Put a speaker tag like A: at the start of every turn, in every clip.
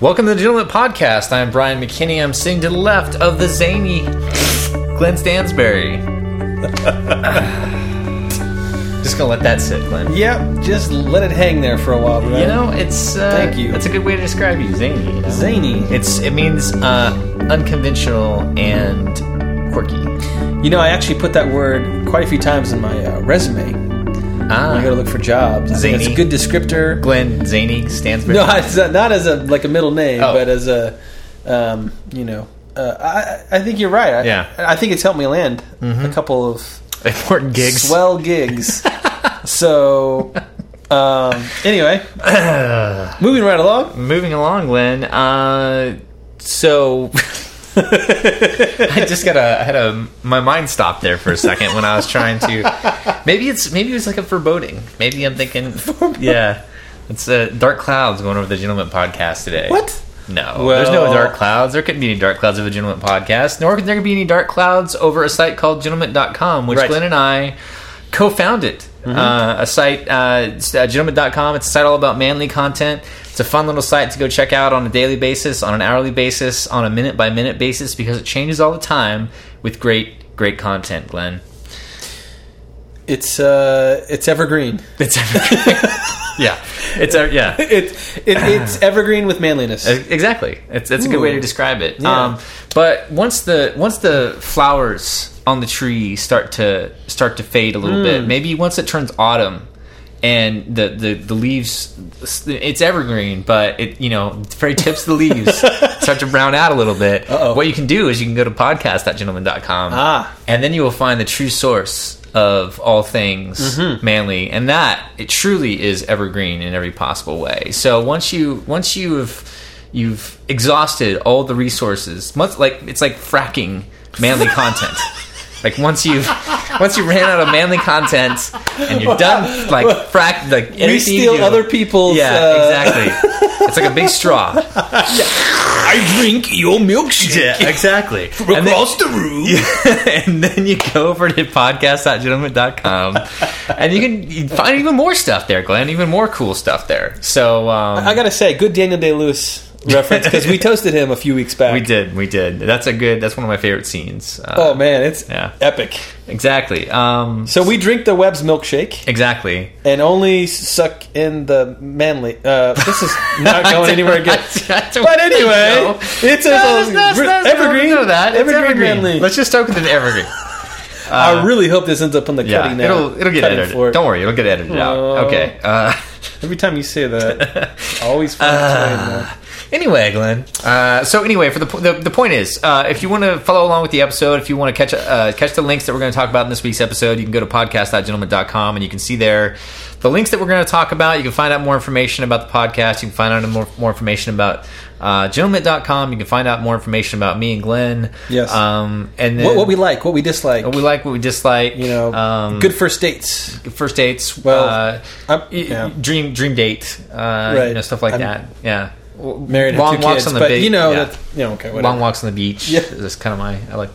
A: Welcome to the Gentleman Podcast. I'm Brian McKinney. I'm sitting to the left of the zany Glenn Stansberry. Just gonna let that sit, Glenn.
B: Yep, just let it hang there for a while, bro.
A: You know, it's uh,
B: Thank you.
A: It's a good way to describe you, zany. You know?
B: Zany.
A: It's it means uh, unconventional and quirky.
B: You know, I actually put that word quite a few times in my uh, resume. When I go to
A: Ah,
B: look for jobs. I think
A: Zany.
B: It's a good descriptor.
A: Glenn Zany Stansberry.
B: No, it's uh, not, not as a like a middle name,
A: Oh.
B: but as a um, you know. Uh, I I think you're right. I,
A: Yeah.
B: I think it's helped me land a couple of
A: important gigs.
B: swell gigs. so, um, anyway, moving right along.
A: Moving along, Glenn. Uh, so I just got a I had a my mind stopped there for a second when I was trying to. Maybe it's maybe it was like a foreboding. Maybe I'm thinking. Yeah, it's uh, dark clouds going over the Gentleman Podcast today.
B: What?
A: No, there's no
B: Well-
A: dark clouds. There couldn't be any dark clouds of a Gentleman Podcast, nor could there be any dark clouds over a site called Gentleman.com, which
B: Right.
A: Glenn and I co-founded. Uh, a site, uh, it's, uh, Gentleman.com. It's a site all about manly content. It's a fun little site to go check out on a daily basis, on an hourly basis, on a minute by minute basis, because it changes all the time with great, great content, Glenn.
B: It's uh, it's evergreen.
A: It's yeah, it's a, yeah.
B: It, it it's evergreen with manliness.
A: Uh, Exactly. It's, that's a good way to
B: Ooh.
A: describe it.
B: Yeah.
A: Um, but once the once the flowers on the tree start to start to fade a little
B: Hmm.
A: bit, maybe once it turns autumn and the, the, the leaves it's evergreen but it you know the very tips of the leaves start to brown out a little bit
B: Uh-oh.
A: what you can do is you can go to podcast.gentleman.com
B: Ah.
A: and then you will find the true source of all things manly and that it truly is evergreen in every possible way so once you once you've you've exhausted all the resources much like it's like fracking manly content like once you've once you ran out of manly content and you're done like frack like
B: we
A: anything you
B: steal
A: do-
B: other people's.
A: yeah
B: uh,
A: exactly it's like a big straw
B: I drink your milkshake
A: yeah exactly And then-
B: across the room.
A: and then you go over to podcast.gentleman.com and you can you find even more stuff there, Glenn. Even more cool stuff there. So um,
B: I gotta say, good Daniel Day Lewis reference because we toasted him a few weeks back.
A: we did, we did. That's a good. That's one of my favorite scenes. Uh,
B: Oh man, it's
A: yeah,
B: epic.
A: exactly. Um,
B: So we drink the Webb's milkshake
A: exactly.
B: and only suck in the manly. Uh, this is not going anywhere good. But anyway, it's a- evergreen-
A: No, that. It's
B: evergreen
A: evergreen.
B: manly.
A: Let's just open it evergreen.
B: I really hope this ends up on the
A: Yeah,
B: cutting.
A: it'll
B: out-
A: it'll get
B: cutting
A: edited.
B: floor.
A: Don't worry, it'll get edited
B: Oh.
A: out. Okay. Uh,
B: Every time you say that, I always find time. uh, man.
A: Anyway, Glenn. Uh, so anyway, for the, po- the the point is, uh, if you want to follow along with the episode, if you want to catch uh, catch the links that we're going to talk about in this week's episode, you can go to podcast.gentleman.com and you can see there the links that we're going to talk about. You can find out more information about the podcast. You can find out more, more information about uh, gentleman.com. You can find out more information about me and Glenn.
B: Yes.
A: Um, and then
B: What, what we like, what we dislike.
A: what we like, what we dislike.
B: you know,
A: um,
B: good first dates.
A: first dates.
B: Well,
A: uh,
B: I'm-
A: y- y-
B: yeah.
A: dream dream date, uh, you
B: Right.
A: know, stuff like
B: I'm
A: that. Yeah,
B: Married and
A: long
B: two
A: walks
B: kids,
A: on the
B: but
A: ba-
B: you know,
A: yeah.
B: that, you know, okay, whatever.
A: long walks on the beach.
B: Yeah.
A: is kind of my I like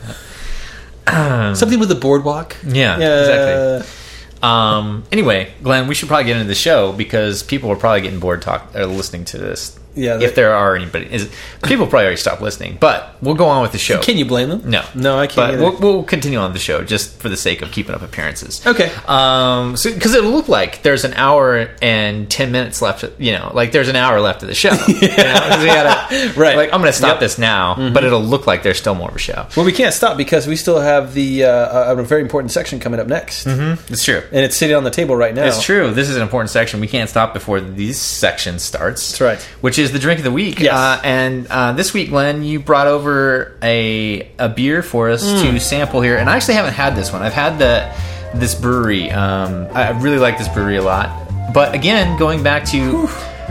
A: that.
B: Something with a boardwalk. Uh,
A: Yeah, exactly. Um, anyway, Glenn, we should probably get into the show because people are probably getting bored talk or listening to this.
B: Yeah,
A: if
B: that-
A: there are anybody, is people probably already stopped listening. But we'll go on with the show.
B: Can you blame them?
A: No,
B: No, I can't.
A: But
B: either.
A: we'll, we'll continue on the show just for the sake of keeping up appearances.
B: Okay.
A: Um. So because it looked like there's an hour and ten minutes left. You know, like there's an hour left of the show. you know, 'cause we gotta-
B: Right. Mm-hmm.
A: Like I'm gonna stop this now, but it'll look like there's still more of a show.
B: Well, we can't stop because we still have the uh, a very important section coming up next,
A: It's true.
B: and it's sitting on the table right now.
A: It's true. This is an important section. We can't stop before these section starts.
B: That's right.
A: Which is the drink of the week.
B: Yes.
A: Uh, and uh, this week, Glenn, you brought over a a beer for us to
B: Mm.
A: sample here, and I actually haven't had this one. I've had the this brewery. Um, I I really like this brewery a lot. But again, going back to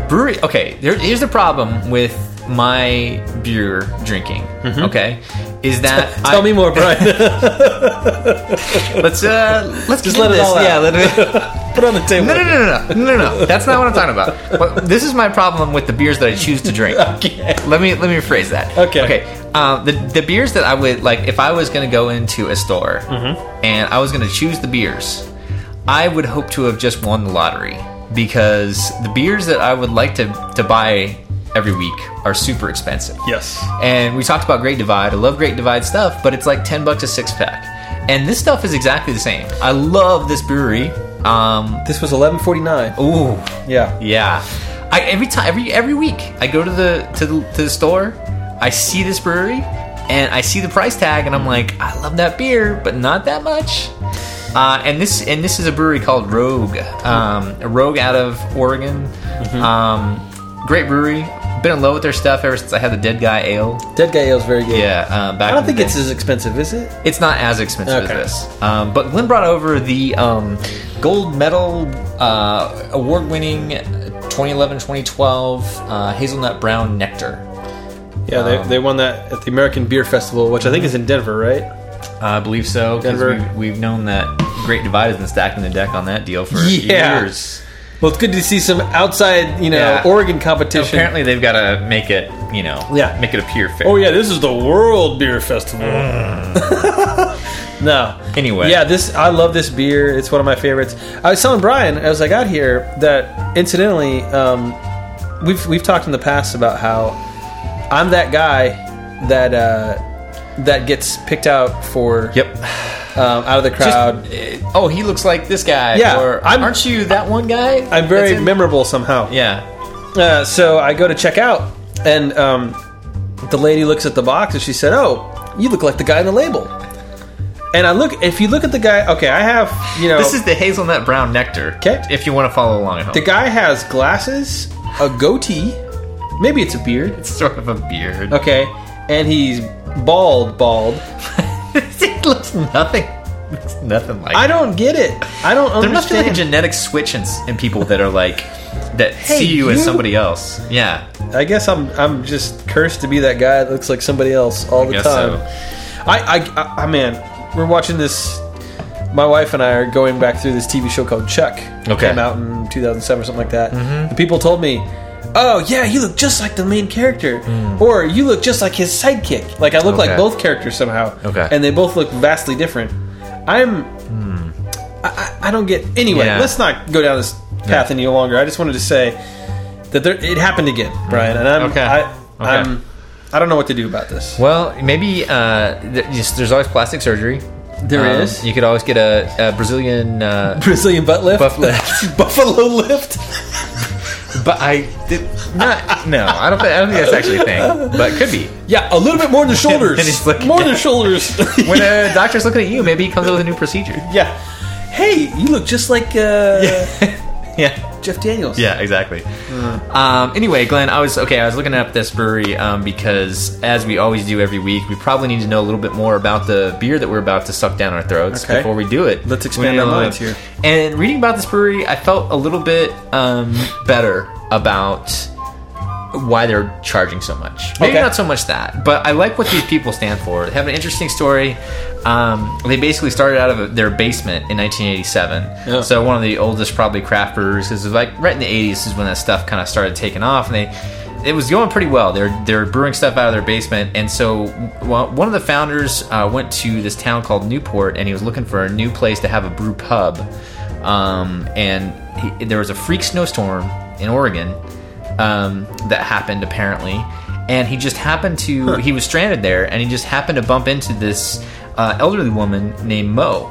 A: brewery. Okay, there, here's the problem with my beer drinking. Okay, is that
B: Mm-hmm. Tell me more, Brian.
A: Let's uh, let's
B: Just
A: begin
B: let it
A: this.
B: all out.
A: Yeah, let it.
B: Put on the table.
A: No, no, no, no, no, no, no. That's not what I'm talking about. But this is my problem with the beers that I choose to drink.
B: Okay.
A: Let me let me rephrase that.
B: Okay.
A: Okay. Um, the the beers that I would like, if I was going to go into a store
B: Mm-hmm.
A: and I was going to choose the beers, I would hope to have just won the lottery because the beers that I would like to to buy every week are super expensive.
B: Yes.
A: And we talked about Great Divide. I love Great Divide stuff, but it's like 10 bucks a six pack. And this stuff is exactly the same. I love this brewery. Um,
B: This was 11:49.
A: ooh,
B: Yeah.
A: yeah. I every time every every week I go to the to the, to the store, I see this brewery, and I see the price tag, and I'm like, I love that beer, but not that much. Uh, and this and this is a brewery called Rogue, um, Rogue out of Oregon.
B: Mm-hmm.
A: Um, great brewery. Been in love with their stuff ever since I had the Dead Guy Ale.
B: Dead Guy Ale's very good.
A: Yeah, uh, back.
B: I
A: in
B: don't
A: the
B: think
A: day.
B: it's as expensive, is it?
A: It's not as expensive
B: Okay.
A: as this. Um, but Glenn brought over the um, gold medal uh, award winning 2011 2012 uh, hazelnut brown nectar.
B: Yeah, they, they won that at the American Beer Festival, which I think is in Denver, right?
A: I believe so, because
B: Denver.
A: we've, we've known that Great Divide has been stacking the deck on that deal for
B: Yeah.
A: years.
B: Well, it's good to see some outside, you know,
A: Yeah.
B: Oregon competition.
A: Apparently, they've got to make it, you know,
B: Yeah.
A: make it appear fair.
B: Oh yeah, this is the World Beer Festival. no.
A: Mm. Anyway.
B: Yeah, this I love this beer. It's one of my favorites. I was telling Brian as I got here that incidentally, um, we've we've talked in the past about how I'm that guy that uh, that gets picked out for
A: Yep.
B: um, out of the
A: Just,
B: crowd.
A: uh, oh, he looks like this guy.
B: Yeah,
A: Or,
B: I'm-
A: aren't you that one guy?
B: I'm very
A: that's in-
B: memorable somehow.
A: Yeah.
B: Uh, so I go to check out, and um, the lady looks at the box and she said, "Oh, you look like the guy on the label." And I look. If you look at the guy, okay, I have you know
A: This is the hazelnut brown nectar.
B: 'Kay.
A: If you want to follow along at home.
B: the guy has glasses, a goatee, maybe it's a beard.
A: sort of a beard.
B: Okay, and he's bald, bald.
A: it looks nothing. It's nothing like.
B: I don't get it. I don't
A: there must be like a
B: understand.
A: genetic switch in, in people that are like that see you, as
B: you-
A: somebody else. Yeah,
B: I guess I'm I'm just cursed to be that guy that looks like somebody else all the
A: guess
B: time.
A: so.
B: I, I I I man, we're watching this. My wife and I are going back through this TV show called Chuck. It
A: Okay. Mm-hmm.
B: came out in 2007 or something like that. The people told me. Oh yeah, you look just like the main character, or you look just like his sidekick. Like I look like
A: Mm. Okay.
B: both characters somehow,
A: Okay.
B: and they both look vastly different. I'm, I, I I don't get. Anyway,
A: Hmm. Yeah.
B: let's not go down this path any longer. I just wanted to say that there, it happened again, Brian, and I'm,
A: Mm-hmm. Okay.
B: I,
A: Okay.
B: I'm, I don't know what to do about this.
A: Well, maybe uh, th- yes, there's always plastic surgery. There
B: There
A: is.
B: is.
A: You could always get a, a Brazilian. Uh,
B: Brazilian butt lift?
A: Buff lift.
B: Buffalo lift?
A: but I did not. No, I don't. thi- I don't think that's actually a thing. But it could be.
B: Yeah, a little bit more than shoulders.
A: And he's looking
B: more
A: at-
B: than shoulders.
A: When a doctor's looking at you, maybe he comes up with a new procedure.
B: yeah. Hey, you look just like uh,
A: Yeah.
B: Jeff Daniels.
A: Yeah, exactly. Um, anyway, Glenn, I was okay. I was looking up this brewery um, because, as we always do every week, we probably need to know a little bit more about the beer that we're about to suck down our throats
B: Okay.
A: before we do it.
B: Let's
A: We
B: expand
A: need
B: our
A: a little
B: minds
A: bit.
B: here.
A: And reading about this brewery, I felt a little bit um, better about why they're charging so much. Maybe
B: Okay.
A: not so much that, but I like what these people stand for. They have an interesting story. Um, they basically started out of their basement in 1987.
B: Yeah.
A: So one of the oldest probably craft breweries because like right in the 80s is when that stuff kind of started taking off and they it was going pretty well. They're they're brewing stuff out of their basement and so well, one of the founders uh, went to this town called Newport and he was looking for a new place to have a brew pub. Um, and he, there was a freak snowstorm in Oregon um, that happened apparently, and he just happened to he was stranded there, and he just happened to bump into this uh, elderly woman named Mo,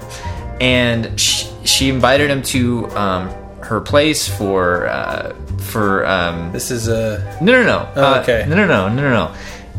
A: and she, she invited him to um, her place for uh, for um,
B: This is a.
A: no, no, no. Uh,
B: Oh, okay.
A: No, no, no, no, no, no.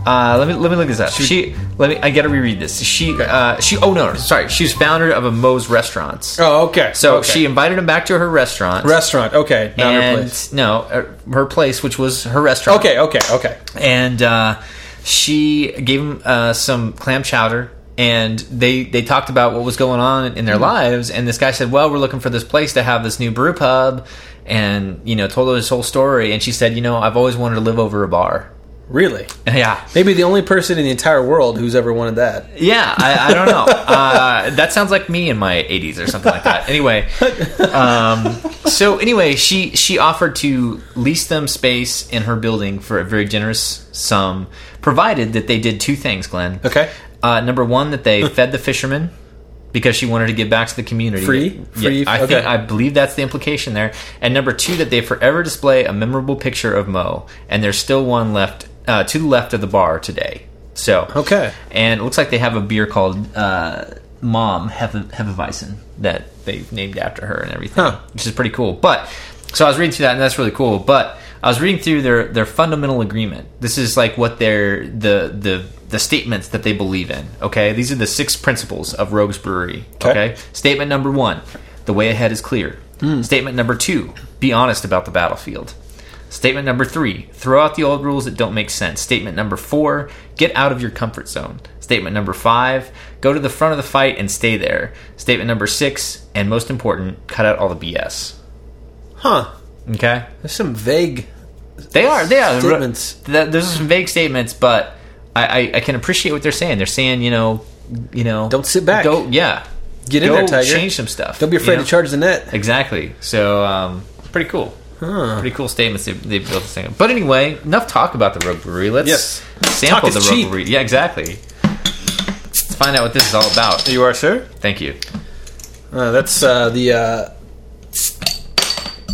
A: Uh, let me let me look this up. She, let me. I gotta reread this. She uh, she. Oh no, no, sorry. She's founder of a Moe's Restaurants.
B: Oh, okay.
A: So
B: Okay.
A: she invited him back to her restaurant.
B: Restaurant. Okay. Not her
A: and
B: place.
A: no, her- her place, which was her restaurant
B: Okay, okay, okay.
A: and uh, she gave him uh, some clam chowder and they they talked about what was going on in their lives and this guy said well we're looking for this place to have this new brew pub and you know told her his whole story and she said you know i've always wanted to live over a bar
B: Really?
A: Yeah,
B: Maybe the only person in the entire world who's ever wanted that.
A: yeah. I, I don't know. Uh, that sounds like me in my 80s or something like that. Anyway, um, so anyway, she she offered to lease them space in her building for a very generous sum, provided that they did two things, Glenn.
B: Okay.
A: Uh, number one, that they fed the fishermen because she wanted to give back to the community.
B: Free?
A: Yeah,
B: Free-
A: I
B: okay.
A: think I believe that's the implication there. And number two, that they forever display a memorable picture of Mo, and there's still one left uh, to the left of the bar today. So
B: Okay.
A: and it looks like they have a beer called uh, Mom Hef- Hefeweizen that they've named after her and everything,
B: Huh.
A: which is pretty cool. But so I was reading through that, and that's really cool. But I was reading through their their fundamental agreement. This is like what their the the the statements that they believe in. Okay, these are the six principles of Rogues Brewery.
B: Okay.
A: Okay, statement number one: the way ahead is clear.
B: Hmm.
A: Statement number two: be honest about the battlefield. Statement number three, throw out the old rules that don't make sense. Statement number four, get out of your comfort zone. Statement number five, go to the front of the fight and stay there. Statement number six, and most important, cut out all the BS.
B: Huh.
A: Okay?
B: There's some vague.
A: They are, they are.
B: Statements.
A: Th- Those are some vague statements, but I, I, I can appreciate what they're saying. They're saying, you know, you know,
B: Don't sit back.
A: Go, yeah,
B: Get in
A: Go
B: there, Tiger.
A: Change some stuff.
B: Don't be
A: you
B: afraid
A: know?
B: to charge the net.
A: Exactly. So, um, pretty cool. Pretty cool statements they, they built this thing. up. But anyway, enough talk about the Rogue Brewery. Let's
B: Yes. Talk
A: sample
B: is
A: the
B: cheap.
A: Rogue Brewery. Yeah, exactly. Let's find out what this is all about.
B: You are, sir?
A: Thank you.
B: Uh, that's uh, the. Uh,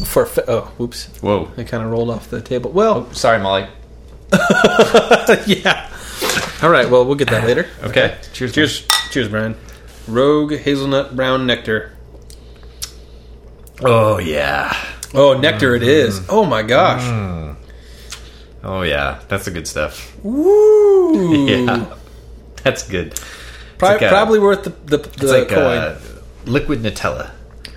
B: for oh, whoops!
A: Whoa.
B: I kind of rolled off the table. Well,
A: Sorry, Molly.
B: yeah. All right. Well, we'll get that later.
A: Okay. Cheers.
B: Cheers. Cheers, Brian. Rogue hazelnut brown nectar.
A: Oh yeah.
B: Oh, nectar it is. Oh my gosh.
A: Mm. Oh yeah. That's the good stuff.
B: Woo!
A: Yeah. That's good.
B: Pro-
A: like a-
B: probably worth the the, the
A: It's like
B: coin.
A: uh, liquid Nutella.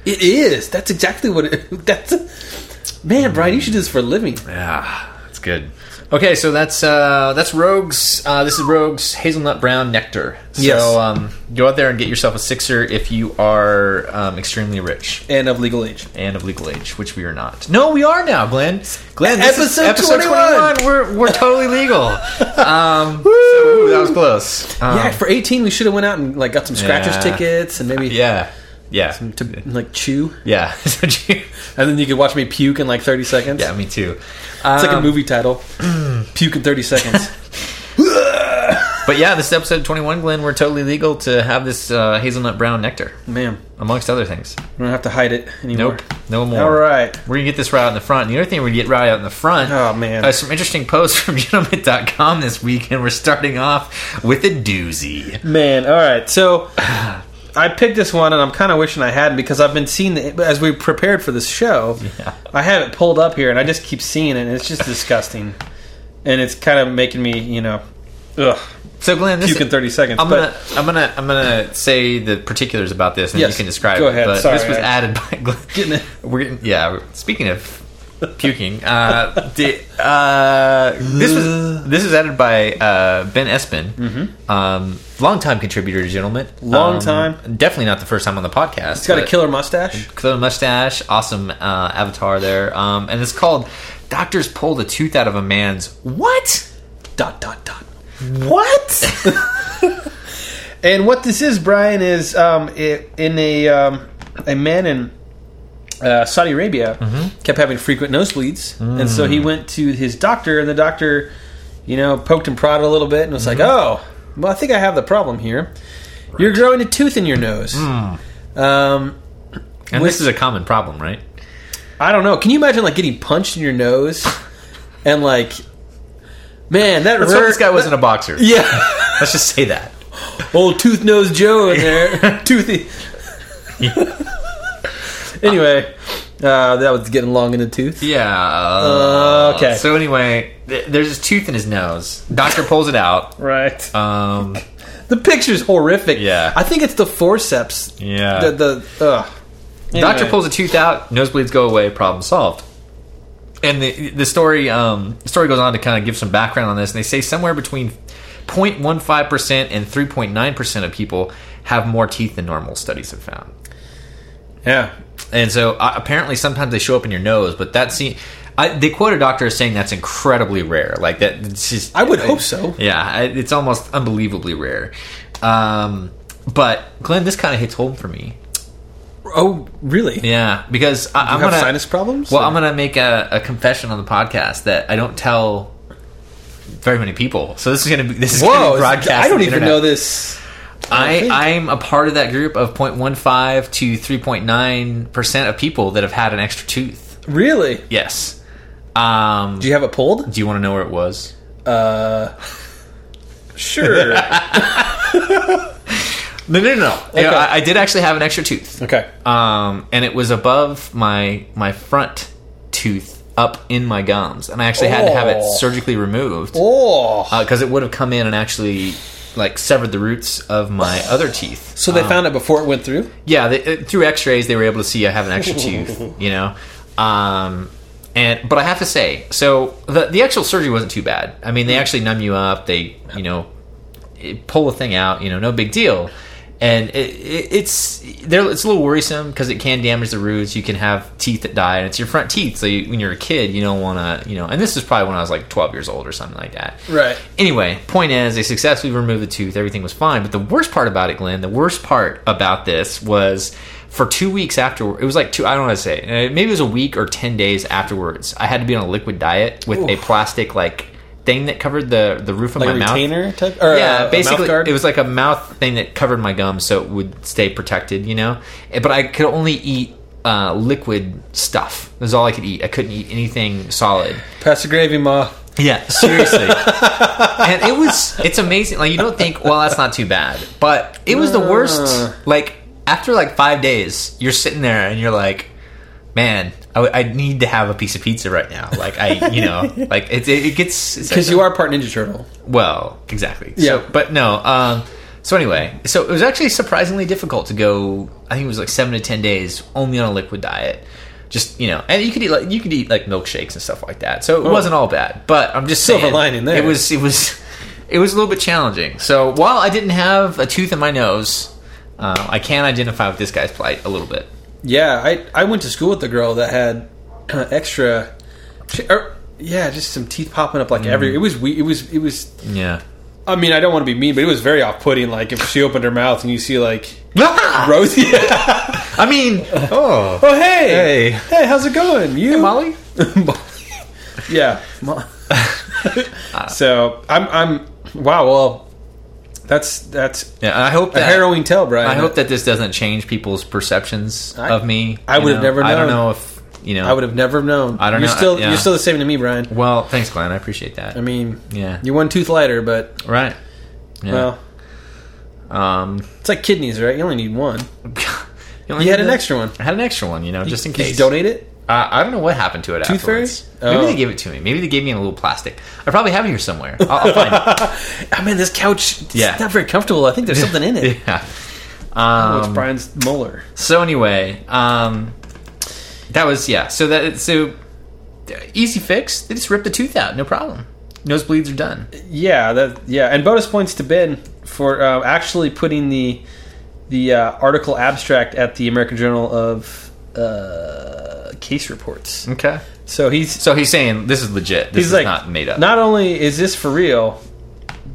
B: it is. That's exactly what it. That's man, Brian. You should do this for a living.
A: Yeah, Ah, that's good. Okay, so that's uh, that's Rogues. Uh, this is Rogues Hazelnut Brown Nectar. So
B: Yes.
A: um, go out there and get yourself a sixer if you are um, extremely rich
B: And of legal age.
A: and of legal age, which we are not. No, we are now, Glenn. Glenn,
B: Episode 21.
A: We're we're totally legal. um, so, ooh, that was close. Um,
B: yeah, for eighteen, we should have went out and like got some scratchers
A: Yeah.
B: tickets and maybe
A: yeah, yeah,
B: to like chew,
A: yeah. So, gee-
B: and then you could watch me puke in like thirty seconds.
A: yeah, me too.
B: it's like a
A: Um,
B: movie title. puke in thirty seconds.
A: But yeah, this is episode twenty-one, Glenn. We're totally legal to have this uh, hazelnut brown nectar,
B: Man,
A: amongst other things.
B: we don't have to hide it anymore.
A: Nope, no more.
B: All right.
A: We're going to get this right out in the front. And the other thing we're going to get right out in the front
B: Oh, man.
A: are some interesting posts from gentleman.com this week, and we're starting off with a doozy.
B: Man, all right. So I picked this one, and I'm kind of wishing I hadn't because I've been seeing the, as we prepared for this show.
A: Yeah.
B: I had it pulled up here, and I just keep seeing it, and it's just disgusting, and it's kind of making me, you know, ugh,
A: So, Glenn, this
B: puke in 30 seconds.
A: I'm
B: but
A: gonna, I'm gonna, I'm gonna say the particulars about this, and
B: Yes,
A: you can describe
B: go
A: it.
B: ahead.
A: But
B: Sorry,
A: this was
B: I-
A: added by Glenn.
B: Getting it.
A: We're getting, yeah. we're- Speaking of puking, uh, the, uh, this was this is added by uh, Ben Espin, um, longtime contributor to Gentlemen,
B: Mm-hmm. Long
A: Um,
B: time.
A: definitely not the first time on the podcast.
B: it's got a
A: but-
B: killer mustache.
A: Clear mustache, awesome uh, avatar there, um, and it's called "Doctors Pull the Tooth Out of a Man's What?
B: Dot dot dot.
A: What?
B: And what this is, Brian, is um, it, in a um, a man in uh, Saudi Arabia
A: Mm-hmm.
B: kept having frequent nosebleeds, and so
A: Mm.
B: he went to his doctor, and the doctor, you know, poked and prodded a little bit, and was like,
A: Mm-hmm.
B: "Oh, well, I think I have the problem here. You're growing a tooth in your nose."
A: Mm.
B: Um,
A: and this is a common problem, right?
B: I don't know. Can you imagine like getting punched in your nose, and like, man, that
A: That's why
B: rare-
A: this guy wasn't a boxer.
B: yeah,
A: Let's just say that.
B: old tooth nose Joe in there, E. toothy. anyway, uh, that was getting long in the tooth.
A: Yeah.
B: Okay.
A: uh, So anyway, th- there's his tooth in his nose. Doctor pulls it out.
B: Right.
A: Um,
B: The picture's horrific.
A: Yeah.
B: I think it's the forceps.
A: Yeah.
B: The the ugh.
A: Doctor
B: Anyway.
A: pulls a tooth out, nosebleeds go away, problem solved. And the the story um, the story goes on to kind of give some background on this, and they say somewhere between 0.15 percent and 3.9 percent of people have more teeth than normal. Studies have found,
B: Yeah.
A: and so uh, apparently sometimes they show up in your nose, but that see. I, they quote a doctor as saying that's incredibly rare. Like that, it's just
B: I would hope so.
A: Yeah, I- it's almost unbelievably rare. Um, but Glenn, this kind of hits home for me.
B: Oh, really?
A: Yeah, because I, I'm
B: have
A: gonna
B: sinus problems,
A: Well,
B: or-
A: I'm gonna make a, a confession on the podcast that I don't tell very many people. So this is gonna be this is gonna
B: Whoa!
A: be broadcast.
B: I
A: on
B: don't
A: the
B: even
A: internet.
B: know this.
A: I,
B: think.
A: I'm a part of that group of 0.15 to 3.9 percent of people that have had an extra tooth.
B: Really?
A: Yes. Um,
B: Do you have it pulled?
A: do you want to know where it was?
B: Sure.
A: No, no, no. no. You know,
B: Okay.
A: I, I did actually have an extra tooth,
B: okay.
A: um, and it was above my my front tooth, up in my gums, and I actually had to have it
B: Oh.
A: surgically removed
B: Oh.
A: because it would have come in and actually like severed the roots of my other teeth.
B: so they found it before it went through.
A: yeah, they, uh, through X-rays they were able to see I have an extra tooth, you know. Um, and but I have to say, so the the actual surgery wasn't too bad. I mean, they actually numb you up. They you know it- pull the thing out. You know, no big deal. And it, it, it's there. It's a little worrisome because it can damage the roots. You can have teeth that die, and it's your front teeth. So you, when you're a kid, you don't want to, you know. And this is probably when I was like 12 years old or something like that.
B: Right.
A: Anyway, point is, they successfully removed the tooth. Everything was fine. But the worst part about it, Glenn, the worst part about this was for two weeks afterward. It was like two. I don't want to say. uh, Maybe it was a week or 10 days afterwards. I had to be on a liquid diet with a plastic like thing that covered the the roof of
B: Like
A: my
B: a
A: mouth
B: retainer type. Or uh,
A: yeah,
B: a- a
A: basically,
B: mouth guard?
A: it was like a mouth thing that covered my gums, so it would stay protected, you know. Eh, But I could only eat uh, liquid stuff. That's all I could eat. I couldn't eat anything solid.
B: Pass the gravy, ma.
A: Yeah, seriously. and it was it's amazing. Like you don't think, well, that's not too bad, but it was the
B: Uh.
A: worst. Like after like five days, you're sitting there and you're like, man. I, I need to have a piece of pizza right now. Like I, you know, like it, it gets it's like
B: Because
A: the-
B: you are part Ninja Turtle.
A: well, exactly.
B: Yeah.
A: So, but no. Um, so anyway, so it was actually surprisingly difficult to go. I think it was like seven to ten days only on a liquid diet. Just you know, and you could eat like you could eat like milkshakes and stuff like that. So it wasn't all bad. But I'm just
B: Oh. Silver
A: saying,
B: lining there.
A: It was it was it was a little bit challenging. So while I didn't have a tooth in my nose, uh, I can identify with this guy's plight a little bit.
B: Yeah, I I went to school with a girl that had uh, extra, she- or, yeah, just some teeth popping up like
A: Mm.
B: every. It was we. It was it was.
A: Yeah.
B: I mean, I don't want to be mean, but it was very off putting. Like if she opened her mouth and you see like
A: I
B: growth. Yeah.
A: mean, oh,
B: Oh hey hey how's it going? You
A: Molly.
B: Yeah. Mo-
A: Uh.
B: so I'm I'm wow. Well, that's that's
A: Yeah, I hope
B: a
A: that
B: harrowing tale, Brian.
A: I hope that this doesn't change people's perceptions
B: I-
A: of me.
B: I
A: you
B: would have
A: know.
B: never
A: I don't
B: known.
A: know if you know.
B: I would have never known.
A: I don't
B: you're
A: know,
B: Still,
A: yeah.
B: You're still the same to me, Brian.
A: Well, thanks, Glenn. I appreciate that.
B: I mean,
A: yeah,
B: you one tooth lighter, but
A: right. Yeah.
B: well,
A: um,
B: it's like kidneys, right? You only need one.
A: you, only
B: You had
A: need
B: an
A: the-
B: extra one.
A: I had an extra one, you know, just in
B: Did
A: case.
B: you donate it?
A: Uh, I don't know what happened to it.
B: Tooth fairy?
A: afterwards. Maybe
B: Oh.
A: they gave it to me. Maybe they gave me in a little plastic. I probably have it here somewhere. I'll, I'll find it. Oh,
B: I mean, this couch. It's
A: Yeah.
B: not very comfortable. I think there's something in it.
A: Yeah.
B: Oh,
A: Um,
B: it's Brian's molar.
A: So anyway, um, that was yeah. So that so uh, easy fix. They just rip the tooth out. No problem. Nosebleeds are done.
B: Yeah, that yeah, and bonus points to Ben for uh, actually putting the the uh, article abstract at the American Journal of uh, Case Reports.
A: Okay.
B: So he's
A: So he's saying this is legit. This
B: he's
A: is
B: like
A: not made up.
B: Not only is this for real,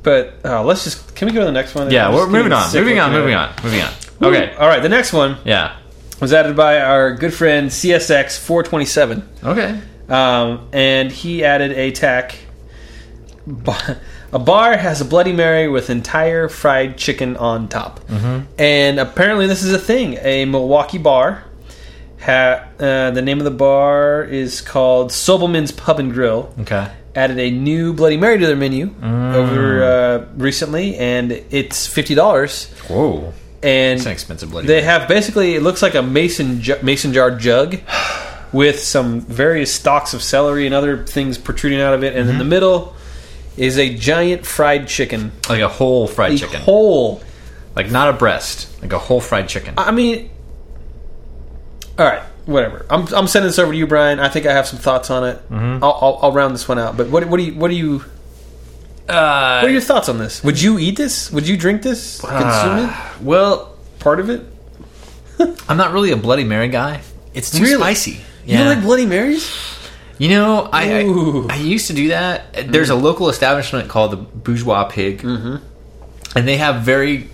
B: but uh, let's just can we go to the next one?
A: yeah,
B: I'm
A: we're
B: just
A: moving
B: getting
A: on.
B: sick
A: Moving on.
B: looking at
A: Moving
B: it.
A: on. Moving on.
B: Ooh,
A: Okay.
B: all right. The next one
A: Yeah.
B: was added by our good friend CSX four twenty seven.
A: Okay.
B: Um, and he added a tack. Ba- A bar has a Bloody Mary with entire fried chicken on top.
A: Mm-hmm.
B: And apparently, this is a thing. A Milwaukee bar. Ha- uh, the name of the bar is called Sobelman's Pub and Grill.
A: Okay.
B: Added a new Bloody Mary to their menu
A: Mm.
B: over uh, recently, and it's fifty dollars.
A: Whoa.
B: And
A: It's an expensive bloody.
B: they have basically it looks like a mason ju- mason jar jug with some various stalks of celery and other things protruding out of it, and in
A: Mm-hmm.
B: the middle is a giant fried chicken,
A: like a whole fried
B: a
A: chicken.
B: whole.
A: like not a breast. Like a whole fried chicken.
B: I mean, all right, whatever. I'm, I'm sending this over to you, Brian. I think I have some thoughts on it.
A: Mm-hmm.
B: I'll, I'll, I'll round this one out. But what what do you what do you what
A: Uh,
B: are your thoughts on this? Would you eat this? Would you drink this? Consume it?
A: well,
B: Part of it?
A: I'm not really a Bloody Mary guy. It's too
B: Really?
A: spicy.
B: You don't like Bloody Marys?
A: You know, I,
B: Ooh. Mm-hmm.
A: I I used to do that. There's a local establishment called the Bourgeois Pig, mm-hmm. and they have very.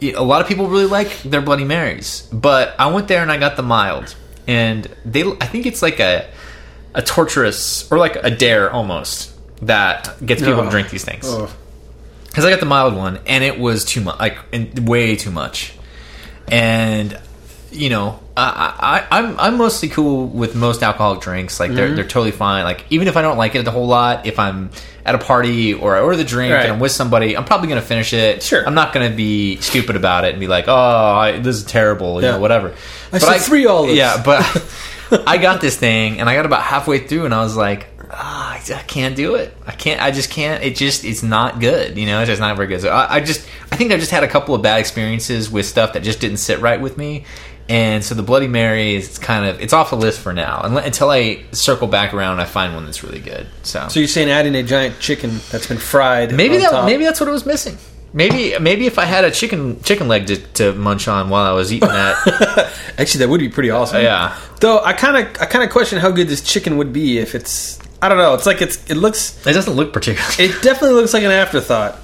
A: A lot of people really like their Bloody Marys, but I went there and I got the mild, and they. I think it's like a a torturous or like a dare almost that gets people
B: Ugh.
A: to drink these things
B: Oh.
A: because I got the mild one, and it was too much, like and way too much. And you know, I, I I'm I'm mostly cool with most alcoholic drinks. Like
B: Mm-hmm.
A: they're they're totally fine. Like even if I don't like it a whole lot, if I'm at a party or I order the drink
B: Right.
A: and I'm with somebody, I'm probably gonna finish it.
B: Sure.
A: I'm not gonna be stupid about it and be like, oh, I, this is terrible, you
B: Yeah.
A: know, whatever.
B: I said three olives.
A: Yeah, but I got this thing, and I got about halfway through, and I was like, ah, I I can't do it. I can't. I just can't. It just it's not good. You know, it's just not very good. So I, I just I think I just had a couple of bad experiences with stuff that just didn't sit right with me. And so the Bloody Mary is kind of it's off the list for now unle- until I circle back around and I find one that's really good. So,
B: So you're saying adding a giant chicken that's been fried?
A: maybe
B: on
A: that
B: top.
A: maybe that's what it was missing. Maybe maybe if I had a chicken chicken leg to, to munch on while I was eating that,
B: actually that would be pretty awesome.
A: yeah.
B: Though I kind of I kind of question how good this chicken would be if it's I don't know. It's like it's it looks
A: It doesn't look particularly.
B: it definitely looks like an afterthought.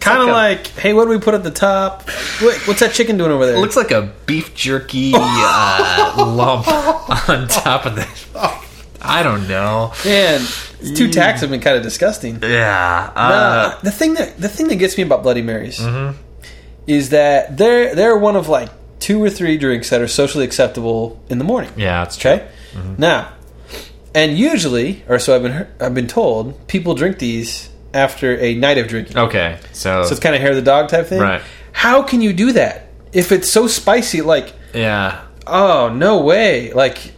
B: Kind
A: like
B: of
A: a-
B: like, hey, what do we put at the top? Wait, what's that chicken doing over there?
A: It looks like a beef jerky uh, lump on top of the. I don't know.
B: Man, it's too taxing and kind of disgusting.
A: Yeah.
B: Uh, the thing that the thing that gets me about Bloody Marys
A: Mm-hmm.
B: is that they're they're one of like two or three drinks that are socially acceptable in the morning.
A: yeah, it's true.
B: Okay. Now, and usually, or so I've been hear- I've been told, people drink these after a night of drinking.
A: Okay, so,
B: So it's kind of hair of the dog type thing.
A: Right.
B: How can you do that if it's so spicy? Like,
A: yeah,
B: oh no way! Like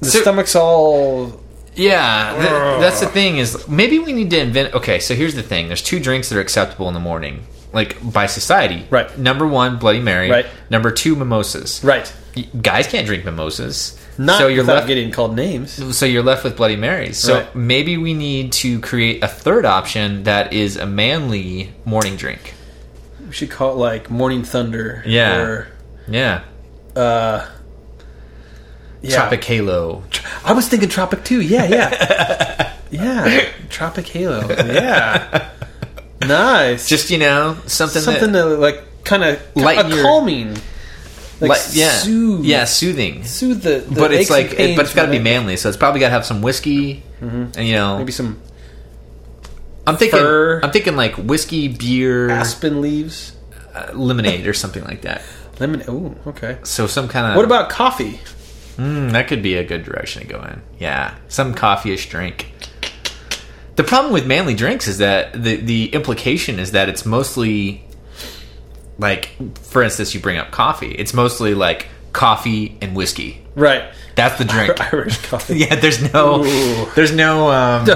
B: the
A: So-
B: stomach's all
A: yeah. th- that's the thing is maybe we need to invent. Okay, so here's the thing: there's two drinks that are acceptable in the morning, like by society.
B: Right.
A: Number one, Bloody Mary.
B: Right.
A: Number two, mimosas.
B: right.
A: Y- Guys can't drink mimosas.
B: Not
A: so you're
B: without
A: left
B: getting called names.
A: so you're left with Bloody Marys. So
B: Right.
A: maybe we need to create a third option that is a manly morning drink.
B: We should call it like Morning Thunder.
A: Yeah.
B: Or,
A: Yeah.
B: uh, yeah.
A: Tropicalo.
B: I was thinking Tropic too. Yeah, yeah, yeah. Tropic Halo. Yeah. Nice.
A: Just, you know, something,
B: something
A: that,
B: to like kind of
A: Lighten
B: a
A: your-
B: calming, like,
A: like, yeah.
B: soothe,
A: Yeah, soothing.
B: soothe the. the
A: But it's
B: aches and
A: like it,
B: pains
A: but it's got to
B: from
A: be
B: it.
A: manly, so it's probably got to have some whiskey. And you know,
B: Mm-hmm. Maybe some
A: I'm thinking
B: fur.
A: I'm thinking like whiskey, beer,
B: aspen leaves,
A: uh, lemonade or something like that.
B: lemon. Oh, okay.
A: So some kind of
B: What about coffee?
A: Mm, that could be a good direction to go in. Yeah, some coffee-ish drink. The problem with manly drinks is that the the implication is that it's mostly like, for instance, you bring up coffee. It's mostly like coffee and whiskey.
B: Right,
A: That's the drink.
B: Irish coffee.
A: yeah, there's no,
B: Ooh.
A: there's no, um,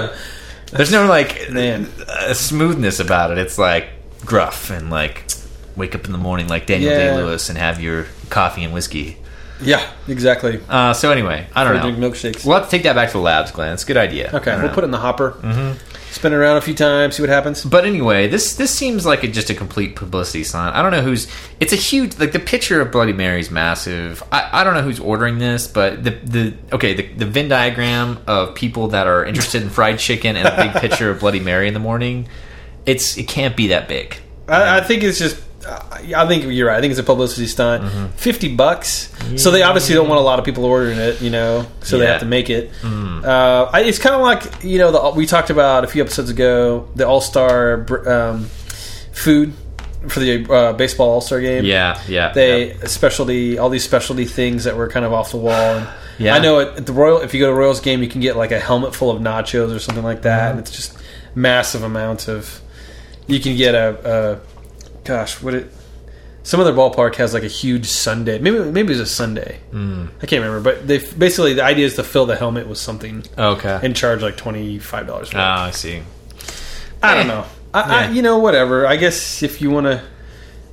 A: there's no like
B: Man.
A: uh, smoothness about it. It's like gruff and like wake up in the morning like Daniel
B: Yeah.
A: Day Lewis and have your coffee and whiskey.
B: Yeah, exactly.
A: Uh, so anyway, I don't
B: Or
A: know.
B: drink milkshakes.
A: We'll have to take that back to the labs, Glenn. It's a good idea. I
B: Okay,
A: don't
B: we'll
A: know.
B: put it in the hopper.
A: Mm-hmm.
B: Spin it around a few times, see what happens.
A: But anyway, this this seems like a, just a complete publicity stunt. I don't know who's. It's a huge like the picture of Bloody Mary's massive. I, I don't know who's ordering this, but the the okay the, the Venn diagram of people that are interested in fried chicken and a big picture of Bloody Mary in the morning, it's it can't be that big.
B: I, I think it's just. I I think you're right. I think it's a publicity stunt.
A: Mm-hmm.
B: Fifty bucks. So they obviously don't want a lot of people ordering it, you know. So they
A: Yeah. Mm.
B: have to make it. Uh, I, it's kind of like you know the, we talked about a few episodes ago the All Star br- um, food for the uh, baseball All Star game.
A: Yeah, yeah.
B: They
A: yeah.
B: specialty all these specialty things that were kind of off the wall. And
A: Yeah.
B: I know at, at the Royal. If you go to Royals game, you can get like a helmet full of nachos or something like that, and it's just massive amounts of. You can get a, a gosh, what it. Some other ballpark has like a huge Sunday. Maybe maybe it was a Sunday.
A: Hmm.
B: Mm. I can't remember, but they basically the idea is to fill the helmet with something
A: okay.
B: and charge like twenty five dollars.
A: oh, I see.
B: I don't
A: eh.
B: know. I, I,
A: Yeah.
B: you know, whatever. I guess if you wanna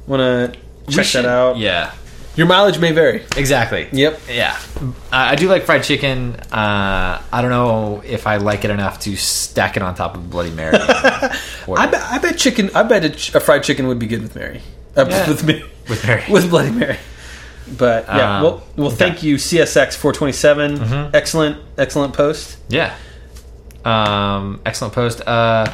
B: wanna
A: We
B: check
A: should-
B: that out,
A: Yeah,
B: your mileage may vary.
A: exactly.
B: Yep.
A: Yeah, I I do like fried chicken. Uh, I don't know if I like it enough to stack it on top of Bloody Mary. Or-
B: I bet, I bet chicken. I bet a, ch- a fried chicken would be good with Mary. Uh,
A: Yeah.
B: With Mary.
A: With Mary.
B: With Bloody Mary. But yeah,
A: Um, Mm-hmm.
B: well, well, thank you, CSX four twenty seven. Excellent, excellent post.
A: Yeah. Um, excellent post. Uh,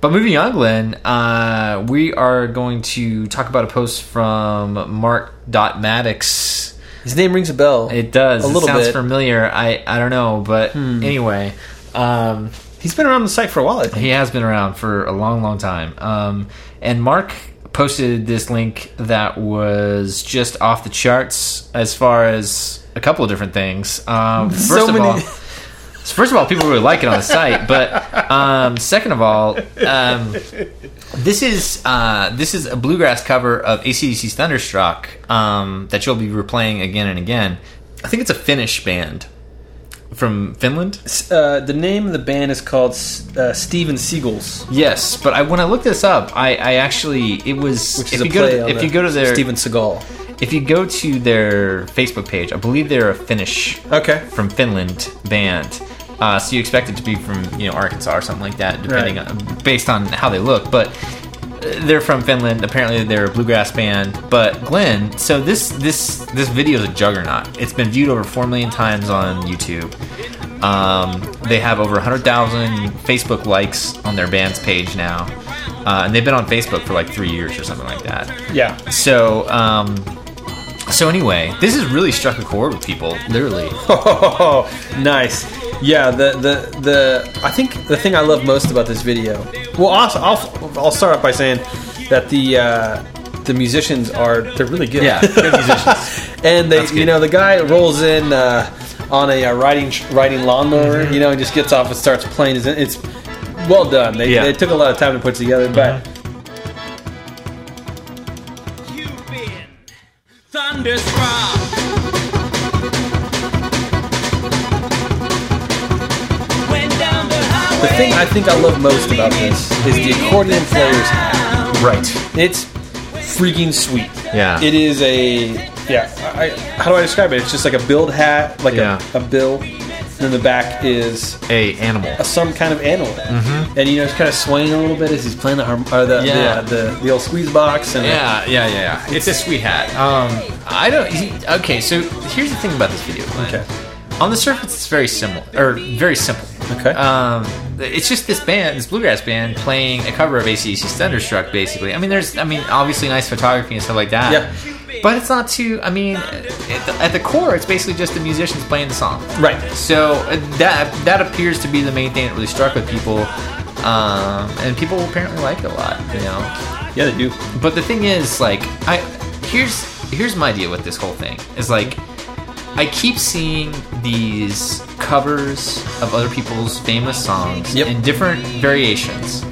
A: but moving on, Glenn, uh, we are going to talk about a post from Mark Dot Maddox.
B: His name rings a bell.
A: It does.
B: A little
A: it sounds
B: bit. Hmm.
A: familiar. I, I don't know, but anyway, um,
B: He's been around the site for a while. I think.
A: he has been around for a long, long time. Um, and Mark posted this link that was just off the charts as far as a couple of different things. Um, first
B: So
A: of
B: many-
A: all, first of all, people really like it on the site, but um, second of all, um, this is uh, this is a bluegrass cover of ACDC's Thunderstruck um, that you'll be replaying again and again. I think it's a Finnish band from Finland.
B: Uh, the name of the band is called uh, Steven Seagulls,
A: Yes, but I, when I looked this up, I, I actually it was
B: which
A: if
B: is
A: you
B: a
A: go
B: play
A: to,
B: on
A: if
B: the
A: you go to their
B: Steven Seagal.
A: if you go to their Facebook page, I believe they're a Finnish
B: Okay.
A: from Finland band. Uh, so you expect it to be from you know Arkansas or something like that, depending
B: Right.
A: on based on how they look. But uh, they're from Finland. Apparently they're a bluegrass band. But Glenn, so this this this video is a juggernaut. It's been viewed over four million times on YouTube. Um, they have over 100,000 Facebook likes on their band's page now. Uh, and they've been on Facebook for like three years or something like that.
B: Yeah.
A: So, um, so anyway, this has really struck a chord with people, literally.
B: Oh, nice. Yeah, the, the the I think the thing I love most about this video. Well, also, I'll I'll start off by saying that the uh, the musicians are they're really good.
A: Yeah, good musicians.
B: and they
A: good.
B: you know the guy rolls in uh, on a uh, riding riding lawnmower.
A: Mm-hmm.
B: You know, and just gets off and starts playing. It's, it's well done. They,
A: Yeah. Mm-hmm.
B: they took a lot of time to put together, but.
C: You've been thunderstruck. Went down the
B: The
C: highway.
B: thing I think I love most about this is the accordion player's hat.
A: right.
B: It's freaking sweet.
A: Yeah.
B: It is a yeah. I, how do I describe it? It's just like a build hat, like
A: Yeah.
B: a, a bill. And then the back is
A: a animal.
B: a, some kind of animal, mm-hmm. and you know it's kind of swaying a little bit as he's playing the harm or the
A: Yeah.
B: the, the, the old squeeze box and
A: Yeah, yeah, yeah, yeah. It's a sweet hat. Um, I don't. he- okay, so here's the thing about this video. Glenn.
B: Okay.
A: On the surface, it's very similar, or very simple.
B: Okay.
A: Um, it's just this band, this bluegrass band, playing a cover of ACDC's Thunderstruck. Basically, I mean, there's, I mean, obviously nice photography and stuff like that.
B: Yeah.
A: But it's not too. I mean, at the, at the core, it's basically just the musicians playing the song.
B: right.
A: So uh, that that appears to be the main thing that really struck with people, um, and people apparently like it a lot. You know.
B: Yeah, they do.
A: But the thing is, like, I here's here's my deal with this whole thing is like, I keep seeing these covers of other people's famous songs
B: Yep.
A: in different variations,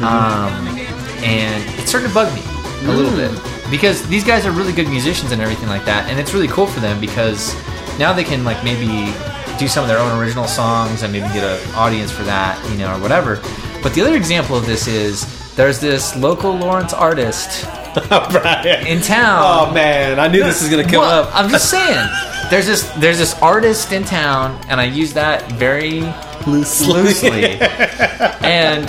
A: um, and it's starting to bug me a little
B: Mm.
A: bit because these guys are really good musicians and everything like that, and it's really cool for them because now they can like maybe do some of their own original songs and maybe get an audience for that, you know, or whatever. But the other example of this is there's this local Lawrence artist in town.
B: Oh man, I knew this was gonna come
A: Well,
B: up.
A: I'm just saying. There's this there's this artist in town, and I use that very loosely. and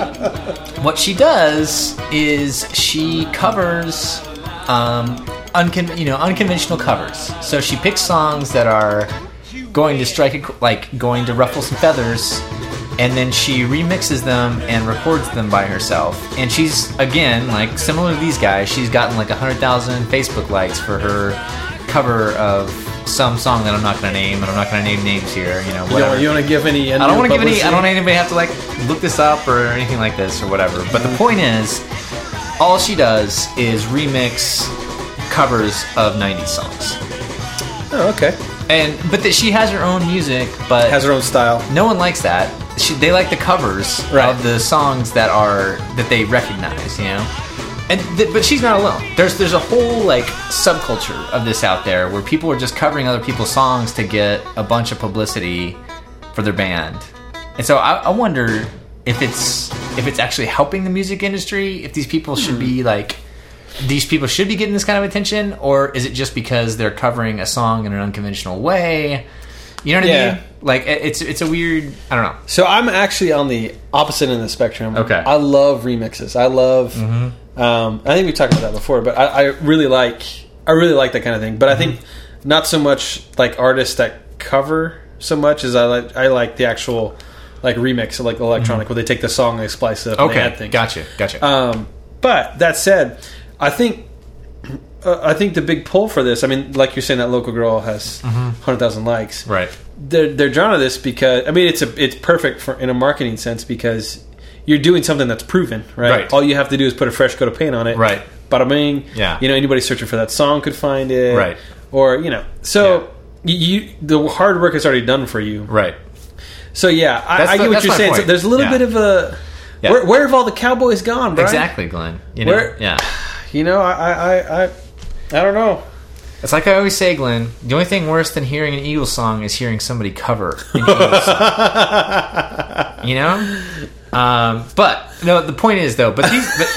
A: what she does is she covers, um, uncon- you know, unconventional covers. So she picks songs that are going to strike, a, like going to ruffle some feathers, and then she remixes them and records them by herself. And she's again like similar to these guys. She's gotten like hundred thousand Facebook likes for her cover of some song that I'm not going to name, and I'm not going to name names here. You know,
B: You
A: whatever.
B: don't, want to give any?
A: I don't want to give any. I don't want anybody to have to like look this up or anything like this or whatever. But the point is, all she does is remix covers of '90s songs,
B: Oh, okay.
A: and but that she has her own music, but
B: Has her own style.
A: no one likes that. She, they like the covers
B: Right.
A: of the songs that are that they recognize, you know. And th- but she's not alone. There's there's a whole like subculture of this out there where people are just covering other people's songs to get a bunch of publicity for their band. And so I, I wonder if it's if it's actually helping the music industry. If these people should
B: Hmm.
A: be like these people should be getting this kind of attention, or is it just because they're covering a song in an unconventional way? You know what I
B: Yeah.
A: mean? Like it- it's it's a weird. I don't know.
B: So I'm actually on the opposite end of the spectrum.
A: Okay. Mm-hmm.
B: I love remixes. I love. Um, I think we talked about that before, but I, I really like. I really like that kind of thing. But I think
A: Mm-hmm.
B: not so much like artists that cover so much as I like I like the actual like remix, like electronic, where they take the song and they splice it up. and they add
A: Mm-hmm. Okay,
B: things.
A: gotcha, gotcha.
B: Um, but that said, I think uh, I think the big pull for this. I mean, like you're saying, that local girl has
A: Mm-hmm.
B: thousand likes.
A: right.
B: They're they're drawn to this because I mean it's a it's perfect for in a marketing sense because you're doing something that's proven, right?
A: Right.
B: All you have to do is put a fresh coat of paint on it.
A: Right.
B: Bada bing.
A: Yeah.
B: You know anybody searching for that song could find it.
A: Right.
B: Or you know so. y You, the hard work is already done for you,
A: Right.
B: so yeah, I,
A: That's the-
B: I get what
A: that's
B: you're
A: my
B: saying. So
A: point.
B: there's a little
A: Yeah.
B: bit of a
A: Yeah.
B: where, where have all the cowboys gone, Brian?
A: Exactly, Glenn. You know,
B: Where-
A: yeah.
B: You know, I, I, I, I, I don't know.
A: It's like I always say, Glenn. The only thing worse than hearing an Eagles song is hearing somebody cover an Eagles song. you know. Um, but no, the point is though. But these. But,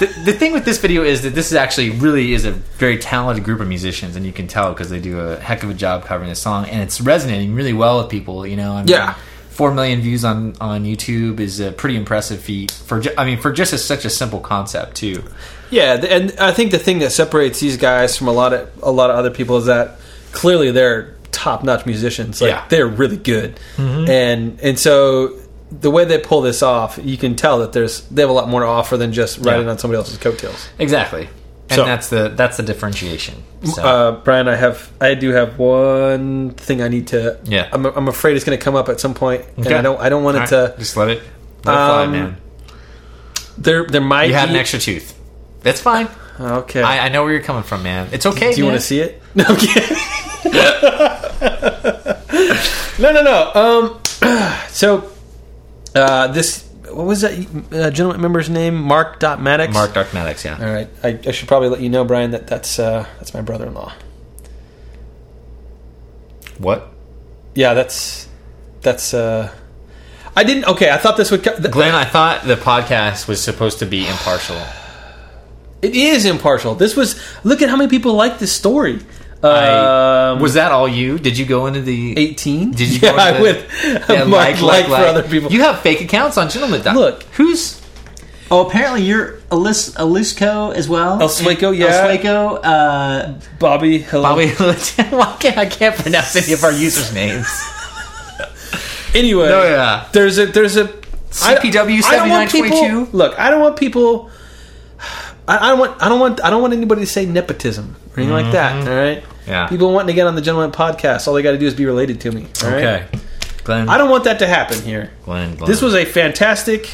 A: The, the thing with this video is that this is actually really is a very talented group of musicians, and you can tell because they do a heck of a job covering this song, and it's resonating really well with people. You know, I mean,
B: Yeah.
A: four million views on on YouTube is a pretty impressive feat for. ju- I mean, for just a, such a simple concept too.
B: Yeah, th- and I think the thing that separates these guys from a lot of a lot of other people is that clearly they're top notch musicians. Like
A: Yeah. Mm-hmm.
B: they're really good, and and so the way they pull this off, you can tell that there's they have a lot more to offer than just riding
A: Yeah.
B: on somebody else's coattails.
A: Exactly, and
B: So-
A: that's the that's the differentiation. So.
B: Uh, Brian, I have I do have one thing I need to.
A: Yeah.
B: I'm, I'm afraid it's going to come up at some point, and
A: Okay.
B: I don't I don't want it
A: All right,
B: to.
A: just let it let it fly,
B: Um,
A: man.
B: There there might
A: You had
B: be
A: an extra tooth. That's fine.
B: okay.
A: I, I know where you're coming from, man. It's okay.
B: Do you
A: man.
B: want to see it? No, I'm kidding. no, no, no. Um, so uh, this what was that uh, gentleman member's name? Mark Dot Maddox.
A: Mark Dark Maddox? Yeah.
B: All right, I, I should probably let you know, Brian, that that's uh, that's my brother-in-law.
A: What?
B: Yeah, that's that's. Uh, I didn't. Okay, I thought this would. co- th-
A: Glenn, I thought the podcast was supposed to be impartial.
B: It is impartial. This was. Look at how many people like this story.
A: I-
B: Um,
A: was that all you? Did you go into the?
B: 18?
A: Did you?
B: Yeah,
A: go into
B: I would.
A: Yeah,
B: Mark like, for other people.
A: You have fake accounts on Gentleman Doc.
B: Look.
A: who's
D: Oh, apparently you're Alis- Alisco as well.
B: El Sueco, yeah.
D: Alisco, uh,
B: Bobby, hello.
A: Bobby? Why can't I can't pronounce any of our users' names?
B: Anyway,
A: Oh, yeah.
B: there's a there's a I-
A: CPW
B: I don't want people-
A: 7922?
B: Look, I don't want people. I, I don't want I don't want I don't want anybody to say nepotism or anything like that. All right.
A: Mm-hmm. Yeah.
B: People wanting to get on the gentleman podcast, all they got to do is be related to me. all right?
A: Okay, Glenn.
B: I don't want that to happen here.
A: Glenn, Glenn.
B: This was a fantastic,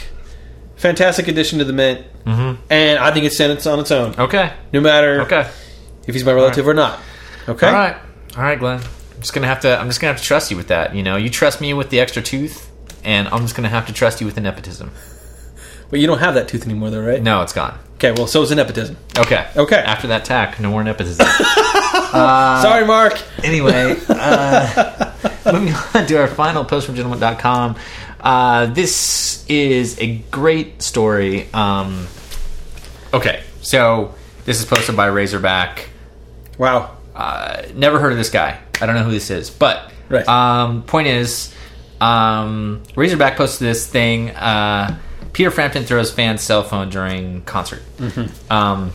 B: fantastic addition to the Mint, and I think it stands on its own,
A: okay.
B: no matter
A: Mm-hmm. Okay.
B: if he's my relative or not. Okay.
A: All right, all right, Glenn. I'm just gonna have to. I'm just gonna have to trust you with that. You know, you trust me with the extra tooth, and I'm just gonna have to trust you with the nepotism.
B: But you don't have that tooth anymore, though, right?
A: No, it's gone.
B: Okay. Well, so is the nepotism.
A: Okay.
B: Okay.
A: After that tack, no more nepotism. Uh,
B: Sorry, Mark.
A: anyway, uh, moving on to our final post from gentleman.com. Uh, this is a great story. Um, okay, so this is posted by Razorback.
B: Wow.
A: uh, never heard of this guy. I don't know who this is, but
B: Right.
A: um, point is, um, Razorback posted this thing. Uh, Peter Frampton throws fans cell phone during concert, um,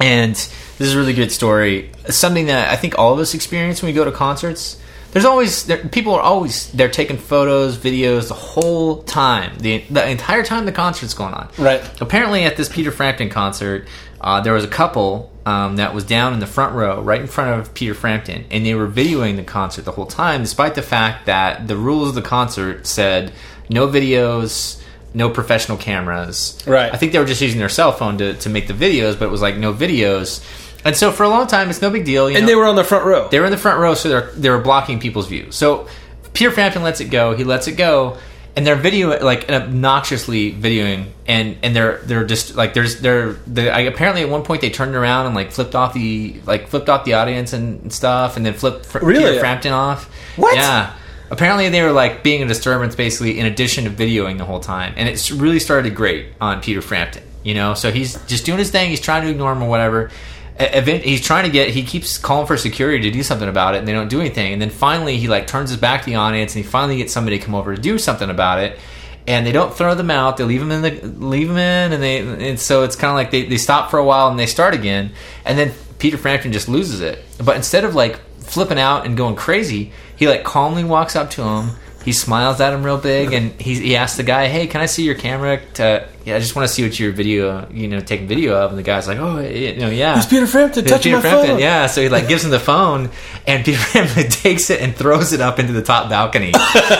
A: and this is a really good story. Something that I think all of us experience when we go to concerts. There's always there, people are always they're taking photos, videos the whole time, the the entire time the concert's going on.
B: Right.
A: Apparently, at this Peter Frampton concert, uh, there was a couple um, that was down in the front row, right in front of Peter Frampton, and they were videoing the concert the whole time, despite the fact that the rules of the concert said no videos, no professional cameras.
B: Right.
A: I think they were just using their cell phone to, to make the videos, but it was like no videos. And so for a long time, it's no big deal. You
B: And
A: know?
B: they were on the front row.
A: they were in the front row, so they're they were blocking people's view. So Peter Frampton lets it go. He lets it go, and they're video like obnoxiously videoing, and and they're they're just like there's they're they, I, apparently at one point they turned around and like flipped off the like flipped off the audience and, and stuff, and then flipped Fr-
B: Really?
A: Peter Frampton off.
B: What?
A: Yeah. Apparently they were like being a disturbance basically in addition to videoing the whole time, and it's really started to grate on Peter Frampton. You know, so he's just doing his thing. He's trying to ignore him or whatever. E- Event, he's trying to get. He keeps calling for security to do something about it, and they don't do anything. And then finally, he like turns his back to the audience, and he finally gets somebody to come over to do something about it. And they don't throw them out. They leave them in the leave them in, and they and so it's kind of like they, they stop for a while and they start again. And then Peter Frampton just loses it. But instead of like flipping out and going crazy, he like calmly walks up to him. He smiles at him real big, and he, he asks the guy, "Hey, can I see your camera? To, yeah, I just want to see what your video, you know, taking video of." And the guy's like, "Oh, yeah, you know, yeah."
B: It's Peter Frampton
A: Yeah,
B: touching
A: Peter
B: my
A: Frampton,
B: phone.
A: Yeah, so he like gives him the phone, and Peter Frampton takes it and throws it up into the top balcony,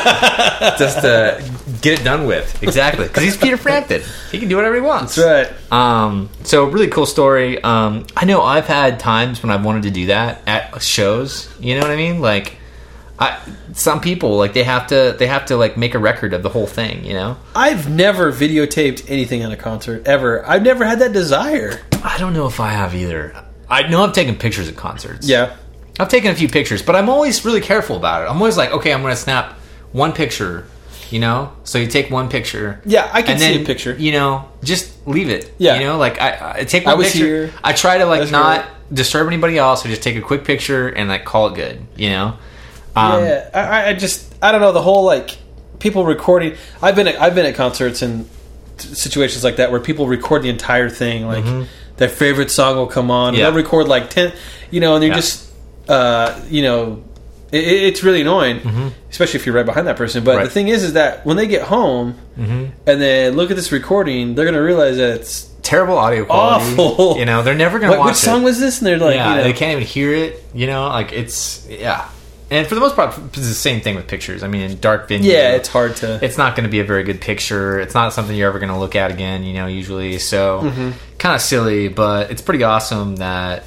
A: just to get it done with. Exactly, because he's Peter Frampton. He can do whatever he wants.
B: That's right.
A: Um, so really cool story. Um, I know I've had times when I've wanted to do that at shows. You know what I mean? Like, I some people like they have to they have to like make a record of the whole thing. You know?
B: I've never videotaped anything at a concert ever. I've never had that desire.
A: I don't know if I have either. I know I've taken pictures at concerts.
B: Yeah.
A: I've taken a few pictures, but I'm always really careful about it. I'm always like, okay, I'm going to snap one picture, you know? So you take one picture.
B: Yeah, I can
A: and
B: see
A: then,
B: a picture.
A: You know, just leave it.
B: Yeah.
A: You know, like I, I take one
B: I was
A: picture.
B: here.
A: I try to
B: I
A: like
B: was
A: not
B: here.
A: disturb anybody else or just take a quick picture and like call it good, you know? Um,
B: yeah, I- I, I just I don't know the whole like people recording. I've been at, I've been at concerts and t- situations like that where people record the entire thing. Like their favorite song will come on.
A: Mm-hmm. Yeah.
B: And they'll record like ten, you know, and they're
A: Yeah.
B: just uh, you know, i i- it's really annoying, especially if you're right behind that person. But
A: Mm-hmm. Right. Mm-hmm.
B: the thing is, is that when they get home and then look at this recording, they're gonna realize that it's
A: Terrible audio quality.
B: Awful.
A: You know, they're never going to
B: like,
A: watch
B: which song
A: it.
B: was this? And they're like,
A: yeah,
B: you know,
A: they can't even hear it. You know, like it's yeah. And for the most part, it's the same thing with pictures. I mean, in dark venue,
B: yeah, it's hard to.
A: it's not going to be a very good picture. It's not something you're ever going to look at again, you know, usually. So
B: Mm-hmm.
A: kind of silly, but it's pretty awesome that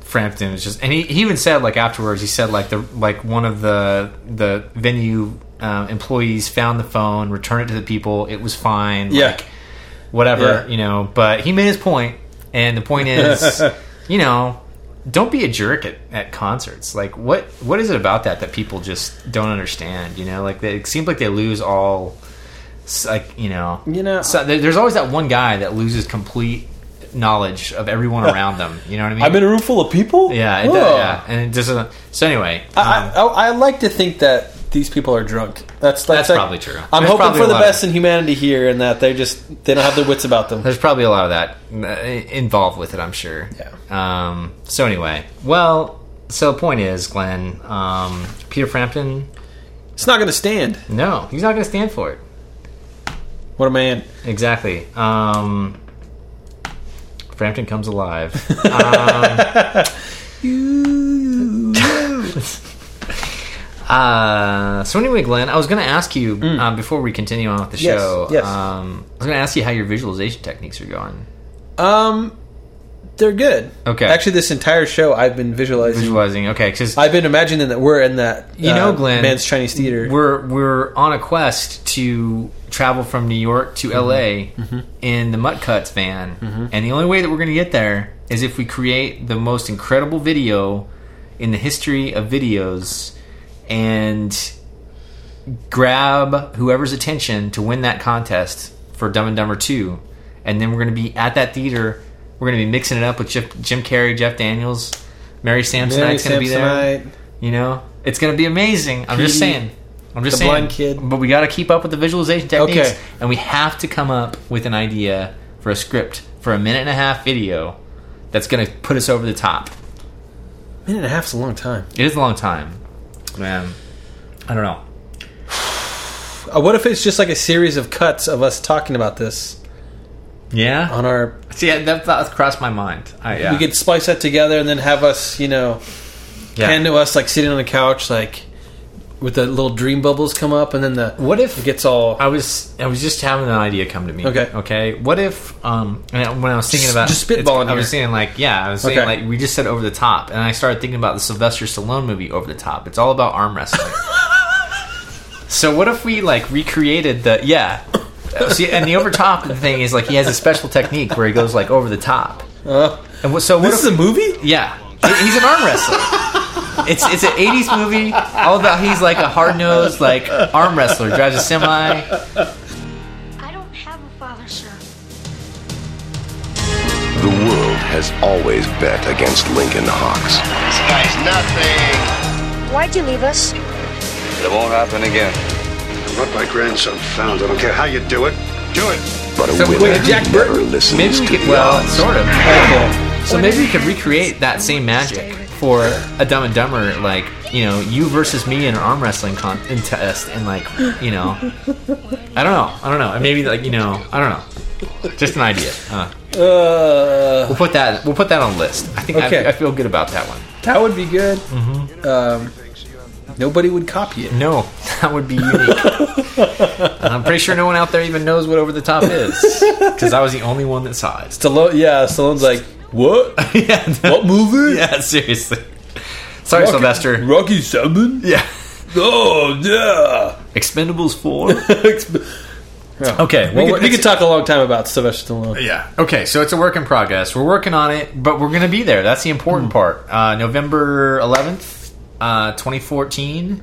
A: Frampton was just and he, he even said like afterwards he said like the like one of the the venue um, employees found the phone, returned it to the people. It was fine.
B: Yeah.
A: Like, whatever,
B: Yeah.
A: you know, but he made his point and the point is, you know, don't be a jerk at, at concerts. Like what what is it about that that people just don't understand? You know, like they, it seems like they lose all, s- like you know,
B: You know-
A: So there- there's always that one guy that loses complete knowledge of everyone around them. You know what I mean?
B: I'm in a room full of people.
A: yeah, it,
B: Whoa.
A: does- yeah, and it doesn't. So anyway,
B: I,
A: um,
B: I, I like to think that these people are drunk. That's that's,
A: That's
B: like-
A: probably true.
B: I'm
A: There's
B: hoping
A: probably
B: for
A: a
B: the
A: lot of-
B: best in humanity here, and that they just they don't have their wits about them.
A: there's probably a lot of that uh, involved with it. I'm sure. Yeah. Um. So anyway, well, so the point is, Glenn, um, Peter Frampton.
B: It's not going to stand.
A: No, he's not going to stand for it.
B: What a man!
A: Exactly. Um, Frampton comes alive. um, uh, so anyway, Glenn, I was going to ask you um, before we continue on with the
B: Mm. Yes,
A: show.
B: yes. Mm.
A: Um, I was going to ask you how your visualization techniques are going.
B: Um, they're good.
A: Okay.
B: Actually, this entire show I've been visualizing.
A: Visualizing, okay, because
B: I've been imagining that we're in that
A: You know, Glenn,
B: Uh, man's Chinese theater.
A: we're we're on a quest to travel from New York
B: Mm-hmm.
A: to L.A. in the Mutt Cuts van, and the only way that we're going to get there is if we create the most incredible video in the history of videos, and grab whoever's attention to win that contest for Dumb and Dumber Two, and then we're going to be at that theater. We're going to be mixing it up with Jim, Jim Carrey, Jeff Daniels, Mary Samsonite's going to be there.
B: Samsonite.
A: You know, it's going to be amazing. I'm just
B: Petey,
A: saying. I'm just
B: the
A: saying.
B: blind kid.
A: But we got to keep up with the visualization techniques,
B: Okay.
A: and we have to come up with an idea for a script for a minute and a half video that's going to put us over the top.
B: Minute and a half's a long time.
A: It is a long time, man. I don't know.
B: Uh, what if it's just like a series of cuts of us talking about this
A: Yeah.
B: on our?
A: See, that thought crossed my mind. I, yeah.
B: We could splice that together and then have us, you know,
A: yeah.
B: hand to us like sitting on the couch like with the little dream bubbles come up and then the
A: what if
B: it gets all
A: I was I was just having an idea come to me.
B: Okay.
A: Okay. What if um and I- when I was thinking about
B: Just- just spitballing
A: I was
B: here.
A: saying like yeah I was saying
B: Okay.
A: like we just said over the top and I started thinking about the Sylvester Stallone movie Over the Top. It's all about arm wrestling. so what if we like recreated the yeah. Uh, See, and the over top thing is like he has a special technique where he goes like over the top.
B: uh,
A: And what, so what
B: this
A: if,
B: is a movie
A: yeah, He- he's an arm wrestler. It's it's an '80s movie all about he's like a hard nosed like arm wrestler drives a semi.
E: I don't have a father, sir.
F: The world has always bet against Lincoln Hawks.
G: This guy's nothing.
E: Why'd you leave us?
G: It won't happen again.
F: What my grandson found, I don't care how you do it, do it. But a
A: So
F: winner
A: wait, Jack
F: never
A: Burton-
F: listens
A: Maybe we
F: to
A: could
F: the
A: well
F: odds.
A: sort of.
B: okay
A: So maybe we could recreate that same magic for a Dumb and Dumber, like you know, you versus me in an arm wrestling contest, and like you know, I don't know, I don't know, maybe like you know, I don't know, just an idea. Uh,
B: Uh,
A: we'll put that we'll put that on the list. I think I-
B: Okay.
A: I, feel good about that one.
B: that would be good.
A: Mm-hmm.
B: Um, nobody would copy it.
A: No, that would be unique. I'm pretty sure no one out there even knows what over the top is because I was the only one that saw it.
B: Stallone, yeah, Stallone's like, what?
A: yeah,
B: What movie?
A: yeah, seriously. Sorry,
B: Rocky-
A: Sylvester.
B: Rocky Seven?
A: Yeah.
B: Oh yeah.
A: Expendables 4.
B: okay,
A: well,
B: we, could, we
A: it's-
B: could talk a long time about Sylvester Stallone.
A: Yeah. Okay, so it's a work in progress. We're working on it, but we're going to be there. That's the important part. Uh, November 11th, uh, 2014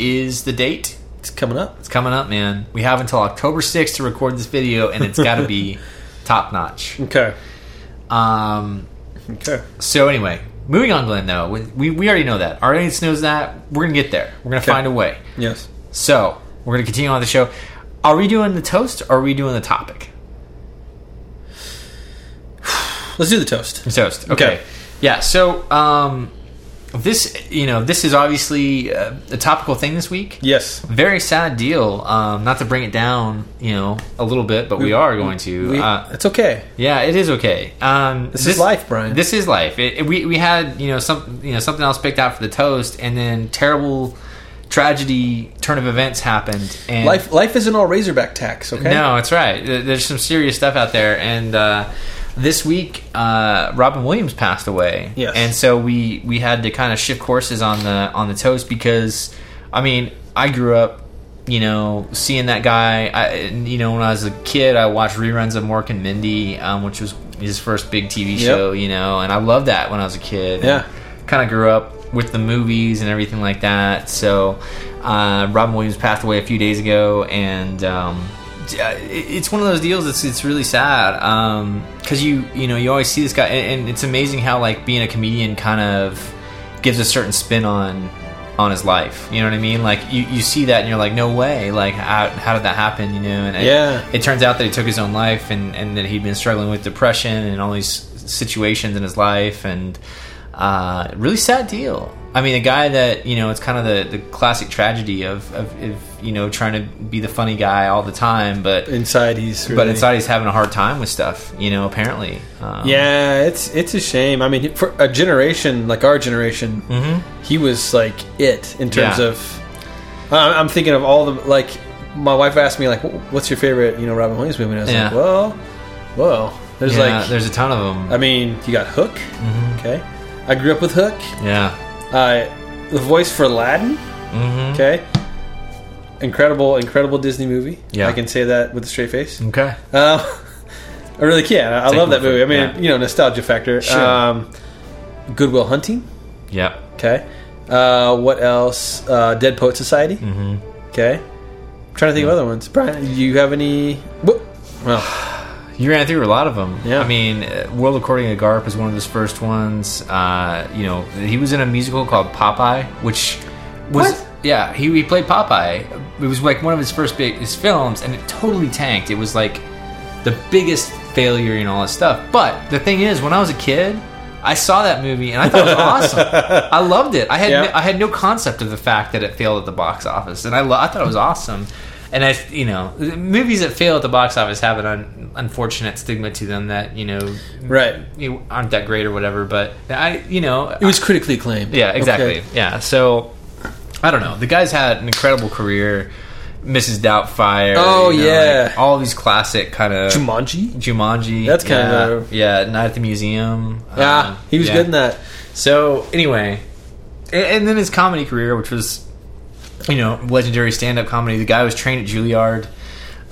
A: is the date.
B: It's coming up.
A: It's coming up, man. We have until October 6th to record this video, and it's got to be top notch.
B: Okay.
A: Um,
B: Okay.
A: so, anyway, moving on, Glenn, though. We, we, we already know that. Our audience knows that. We're going to get there. We're going to
B: Okay.
A: find a way.
B: Yes.
A: So, we're going to continue on with the show. Are we doing the toast or are we doing the topic?
B: Let's do the toast.
A: toast. Okay.
B: Okay.
A: Yeah. So um, this, you know, this is obviously uh, a topical thing this week.
B: Yes.
A: Very sad deal. Um, not to bring it down, you know, a little bit, but we, are going to.
B: We,
A: uh,
B: it's okay.
A: yeah, it is okay. Um,
B: This is life, Brian.
A: This is life. It, it- we we had you know some you know something else picked out for the toast, and then terrible tragedy turn of events happened. And
B: Life life isn't all razorback tax, okay?
A: no, it's right. There- There's some serious stuff out there, and uh, this week uh, Robin Williams passed away.
B: Yes.
A: and so we we had to kind of shift courses on the on the toast because, I mean, I grew up, you know, seeing that guy. I, and, you know, when I was a kid, I watched reruns of Mork and Mindy, um, which was his first big TV show. You know, and I loved that when I was a kid.
B: Yeah.
A: kind of grew up with the movies and everything like that. So, uh, Robin Williams passed away a few days ago, and um, d- uh, it- it's one of those deals. It's it's really sad because you you know you always see this guy, and, and it's amazing how like being a comedian kind of gives a certain spin on on his life. You know what I mean? Like you, you see that, and you're like, no way! Like how, how did that happen? You know? And it-
B: Yeah.
A: it turns out that he took his own life and, and that he'd been struggling with depression and all these situations in his life and uh, really sad deal i mean a guy that you know it's kind of the, the classic tragedy of, of, of you know trying to be the funny guy all the time but
B: Inside he's really,
A: but inside he's having a hard time with stuff you know apparently um,
B: Yeah, it's it's a shame. I mean, for a generation like our generation, he was like it in terms
A: Mm-hmm. Yeah.
B: of. I- I'm thinking of all the like. My wife asked me like, "Wh- "What's your favorite?" You know, Robin Williams movie. And I was
A: Yeah.
B: like, "Well, well, there's
A: yeah,
B: like,
A: there's Mm-hmm. a ton of them
B: I mean, you got Hook. Okay, I grew up with Hook.
A: yeah
B: Uh, the voice for Aladdin.
A: Mm-hmm.
B: Okay, incredible, incredible Disney movie.
A: Yeah.
B: I can say that with a straight face.
A: okay
B: Um, I really can. I, I
A: Take
B: love that
A: one for-
B: movie. I mean,
A: yeah.
B: you know, nostalgia factor.
A: Sure.
B: Um, Goodwill Hunting.
A: yeah
B: Okay. Uh, what else? Uh, Dead Poet Society. Mm-hmm. Okay. I'm trying to think of other ones. Brian, you have any? Whoop. Well,
A: you ran through a lot of them.
B: Yeah.
A: I mean, uh, World According to Garp is one of his first ones. Uh, you know, he was in a musical called Popeye, which was
B: What?
A: yeah, he, he played Popeye. It was like one of his first big his films, and it totally tanked. It was like the biggest failure and all this stuff. But the thing is, when I was a kid, I saw that movie and I thought it was awesome. I loved it. I had
B: Yeah.
A: no, I had no concept of the fact that it failed at the box office, and I lo- I thought it was awesome. And I, you know, movies that fail at the box office have an un- unfortunate stigma to them that you know
B: right.
A: you aren't that great or whatever. But I, you know,
B: It was critically acclaimed.
A: yeah, exactly.
B: Okay.
A: Yeah, so I don't know. The guy's had an incredible career. Mrs. Doubtfire.
B: Oh,
A: you know,
B: yeah.
A: like, all these classic kind of Um,
B: Jumanji.
A: Jumanji.
B: That's kind
A: yeah,
B: of a-
A: yeah. Night at the Museum.
B: Yeah,
A: Um,
B: Ah, he was
A: yeah.
B: good in that.
A: So anyway, a- and then his comedy career, which was, you know, legendary stand-up comedy. The guy was trained at Juilliard.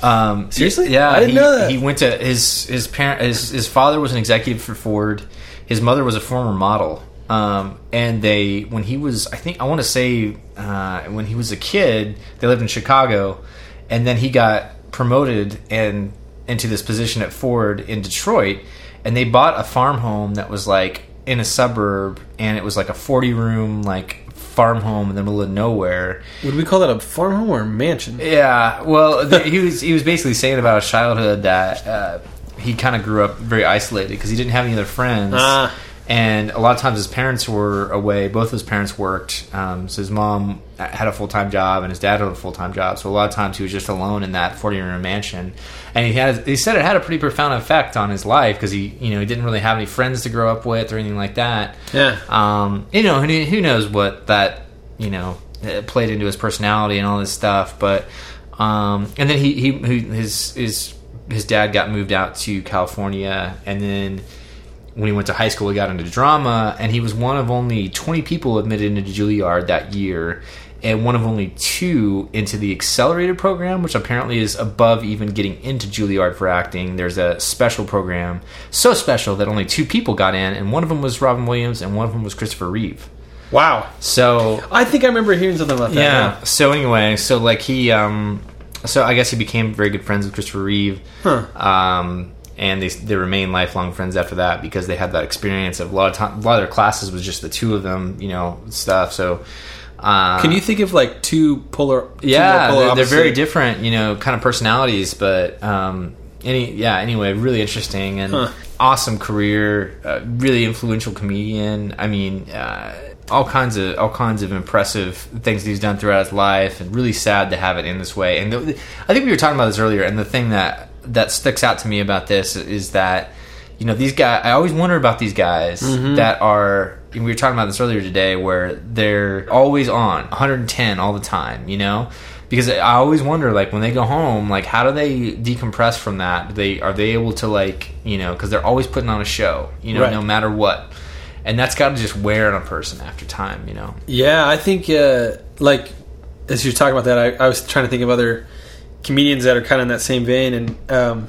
A: Um,
B: Seriously?
A: Yeah,
B: I didn't
A: he,
B: know that.
A: He went to his his parent his his father was an executive for Ford. His mother was a former model. Um, and they when he was I think I want to say uh, when he was a kid they lived in Chicago, and then he got promoted and into this position at Ford in Detroit, and they bought a farm home that was like in a suburb, and it was like a forty room like farm home in the middle of nowhere.
B: Would we call that a farm home or a mansion?
A: Yeah, well, th- he was he was basically saying about his childhood that uh, he kind of grew up very isolated because he didn't have any other friends.
B: Ah.
A: And a lot of times his parents were away. Both his parents worked. Um, so his mom had a full time job and his dad had a full time job. So a lot of times he was just alone in that forty room mansion. And he has he said it had a pretty profound effect on his life because he you know he didn't really have any friends to grow up with or anything like that.
B: Yeah.
A: Um, you know, who, who knows what that, you know, eh, played into his personality and all this stuff. But, um, and then he, he, he his, his, his dad got moved out to California. And then when he went to high school, he got into drama. And he was one of only 20 people admitted into Juilliard that year. And one of only two into the accelerated program, which apparently is above even getting into Juilliard for acting. There's a special program, so special that only two people got in, and one of them was Robin Williams, and one of them was Christopher Reeve.
B: Wow.
A: So
B: I think I remember hearing something about that.
A: yeah. So anyway, so like he, um, so I guess he became very good friends with Christopher Reeve, um, and they they remained lifelong friends after that because they had that experience of a lot of time, a lot of their classes was just the two of them, you know, stuff. So. Uh,
B: Can you think of like two polar? two more
A: yeah
B: polar
A: they're, they're very
B: opposite-
A: different you know kind of personalities but um any yeah anyway really interesting and awesome career uh, really influential comedian i mean uh all kinds of all kinds of impressive things he's done throughout his life, and really sad to have it in this way. And the, I think we were talking about this earlier. And the thing that that sticks out to me about this is that you know these guys. I always wonder about these guys
B: Mm-hmm.
A: that are. And we were talking about this earlier today, where they're always on 110 all the time. You know, because I always wonder, like when they go home, like how do they decompress from that? Do they are they able to like you know because they're always putting on a show. You know,
B: Right.
A: no matter what. And that's got to just wear on a person after time, you know.
B: Yeah, I think uh, like as you're talking about that, I, I was trying to think of other comedians that are kind of in that same vein. And um,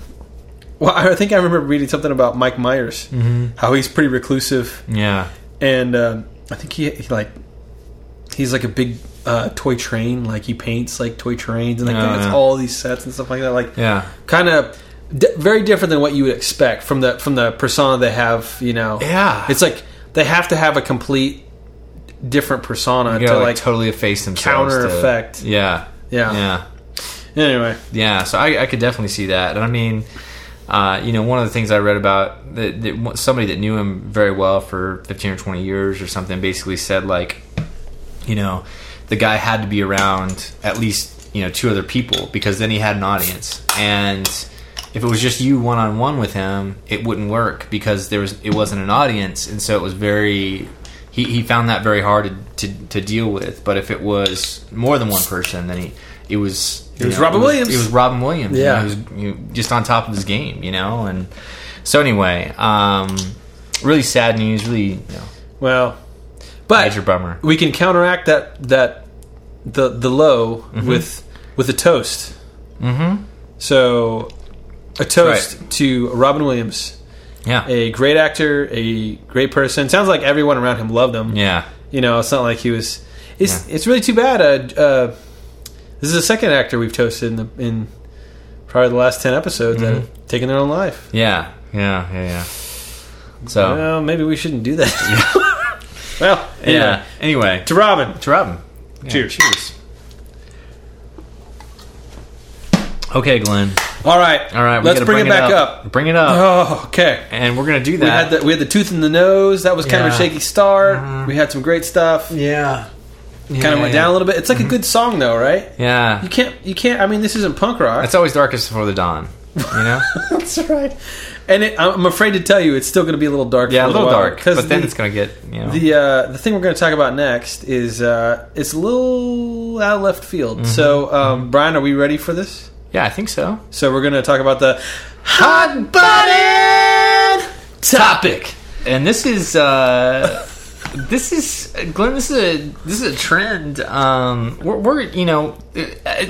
B: well, I think I remember reading something about Mike Myers,
A: Mm-hmm.
B: how he's pretty reclusive,
A: Yeah.
B: and um, I think he, he like he's like a big uh, toy train, like he paints like toy trains and like
A: Yeah,
B: that's
A: Oh, yeah.
B: all these sets and stuff like that. Like
A: Yeah.
B: kind of d- very different than what you would expect from the from the persona they have. You know,
A: Yeah.
B: it's like they have to have a complete different persona
A: You
B: to
A: gotta, like,
B: like.
A: totally efface themselves.
B: counter
A: to-
B: effect.
A: Yeah.
B: Yeah.
A: Yeah.
B: Anyway,
A: Yeah. So I, I could definitely see that. And I mean, uh, you know, one of the things I read about that, that somebody that knew him very well for 15 or 20 years or something basically said, like, you know, the guy had to be around at least, you know, two other people because then he had an audience. And if it was just you one on one with him, it wouldn't work because there was it wasn't an audience and so it was very he, he found that very hard to, to, to deal with. But if it was more than one person, then he it was you know, it
B: was Robin Williams.
A: It was Robin Williams.
B: Yeah.
A: You know, he was you know, just on top of his game, you know? And so anyway, um really sad news, really you know,
B: well, but
A: major bummer.
B: we can counteract that that the the low
A: Mm-hmm.
B: with with a toast. Mm-hmm. So, a toast to Robin Williams,
A: Yeah.
B: a great actor, a great person. Sounds like everyone around him loved him.
A: yeah.
B: You know, it's not like he was. It's it's really too bad. Uh, uh, this is the second actor we've toasted in the in probably the last ten episodes
A: Mm-hmm.
B: that have taken their own life.
A: Yeah, yeah, yeah, yeah. So
B: Well, maybe we shouldn't do that. well,
A: Oh. yeah.
B: anyway,
A: Anyway,
B: to Robin.
A: to Robin. Yeah,
B: Cheers.
A: Cheers. Okay, Glenn.
B: All right.
A: All right, we
B: Let's
A: gotta
B: bring, it back up.
A: Bring it up,
B: Oh, okay.
A: and we're gonna do
B: We had
A: that.
B: the we had the tooth in the nose. That was kind of a
A: Yeah. Uh-huh.
B: shaky start. We had some great stuff.
H: Yeah.
B: kind of went
A: yeah. Mm-hmm.
B: down a little bit. It's like a good song though, right?
A: yeah,
B: You can't you can't. I mean, this isn't punk rock.
A: it's always darkest before the dawn. You know,
B: That's right. And it, I'm afraid to tell you, it's still going to be a little dark.
A: yeah, a
B: for
A: little
B: while,
A: dark, but then
B: the-
A: it's gonna get you know.
B: the uh, the thing we're going to talk about next is uh, it's a little out of left field.
A: Mm-hmm.
B: So, um, Brian, are we ready for this?
A: yeah, I think so.
B: So we're going to talk about the
A: Hot button topic, and this is uh, this is Glenn. This is a this is a trend. Um, we're, we're you know uh, uh,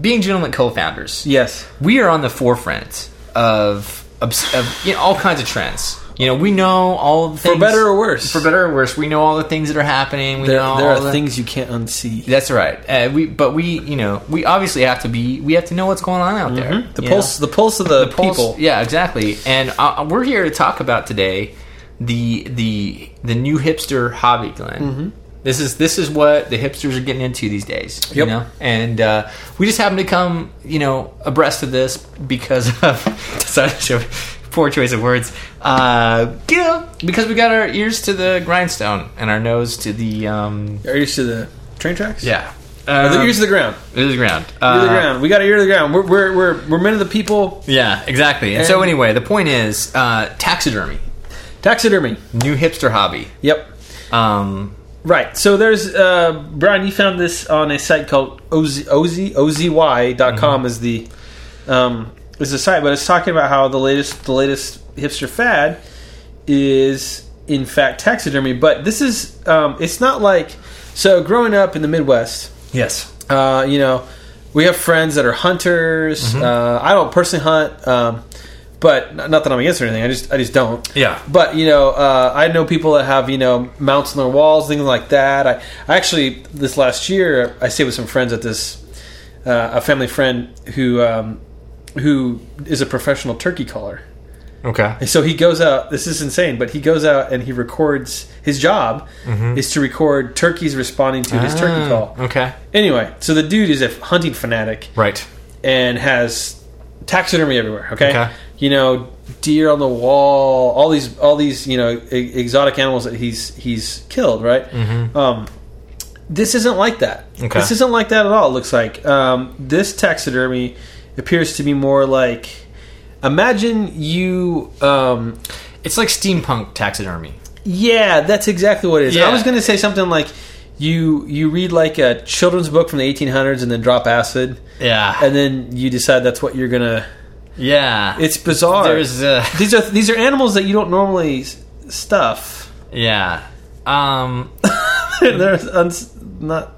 A: being gentlemen co-founders.
B: yes.
A: we are on the forefront of of, of you know, all kinds of trends. You know, we know all the things,
B: For better or worse,
A: for better or worse. We know all the things that are happening. We
B: there,
A: know
B: there
A: all
B: are
A: the-
B: things you can't unsee.
A: That's right. Uh, we but we you know we obviously have to be we have to know what's going on out there.
B: Mm-hmm. The
A: you know?
B: pulse, the pulse of the,
A: pulse-
B: people.
A: Yeah, exactly. And uh, we're here to talk about today the the the new hipster hobby, Glenn.
B: Mm-hmm.
A: This is this is what the hipsters are getting into these days. You
B: Yep.
A: know, and uh, we just happen to come you know abreast of this because of such a poor choice of words. Uh, you know, because we got our ears to the grindstone and our nose to the um,
B: Are you used to the train tracks?
A: yeah.
B: Or the
A: Um,
B: ears to the ground.
A: ear to the ground.
B: Ear to the
A: Uh,
B: ground. We got an ear to the ground. We're we're we're, we're men of the people.
A: Yeah, exactly. And, so
B: And-
A: anyway, the point is uh, taxidermy,
B: Taxidermy.
A: new hipster hobby.
B: Yep.
A: Um,
B: Right. So there's uh, Brian. You found this on a site called OZ, OZ, OZY.com is the um, is the site, but it's talking about how the latest the latest hipster fad is in fact taxidermy. But this is um, it's not like so growing up in the Midwest.
A: yes.
B: Uh, you know, we have friends that are hunters. Uh, I don't personally hunt, um, but n- not that I'm against or anything. I just I just don't.
A: Yeah.
B: But you know, uh, I know people that have you know mounts on their walls, things like that. I, I actually this last year I stayed with some friends at this uh, a family friend who um, who is a professional turkey caller.
A: Okay.
B: And so he goes out. This is insane, but he goes out and he records. His job is to record turkeys responding to his
A: Ah.
B: turkey call.
A: Okay.
B: Anyway, so the dude is a hunting fanatic
A: Right.
B: and has taxidermy everywhere. Okay?
A: Okay.
B: you know, deer on the wall, all these, all these, you know, e- exotic animals that he's he's killed. Right. Um, this isn't like that.
A: Mm-hmm. Okay.
B: This isn't like that at all. It looks like um, this taxidermy appears to be more like. Imagine you. Um,
A: It's like steampunk taxidermy.
B: yeah, that's exactly what it is.
A: Yeah.
B: I was going to say something like. You, you read like a children's book from the 1800s and then drop acid
A: Yeah.
B: and then you decide that's what you're gonna.
A: yeah.
B: It's bizarre.
A: There's uh,
B: these are these are animals that you don't normally s- stuff.
A: yeah. Um,
B: They're uns not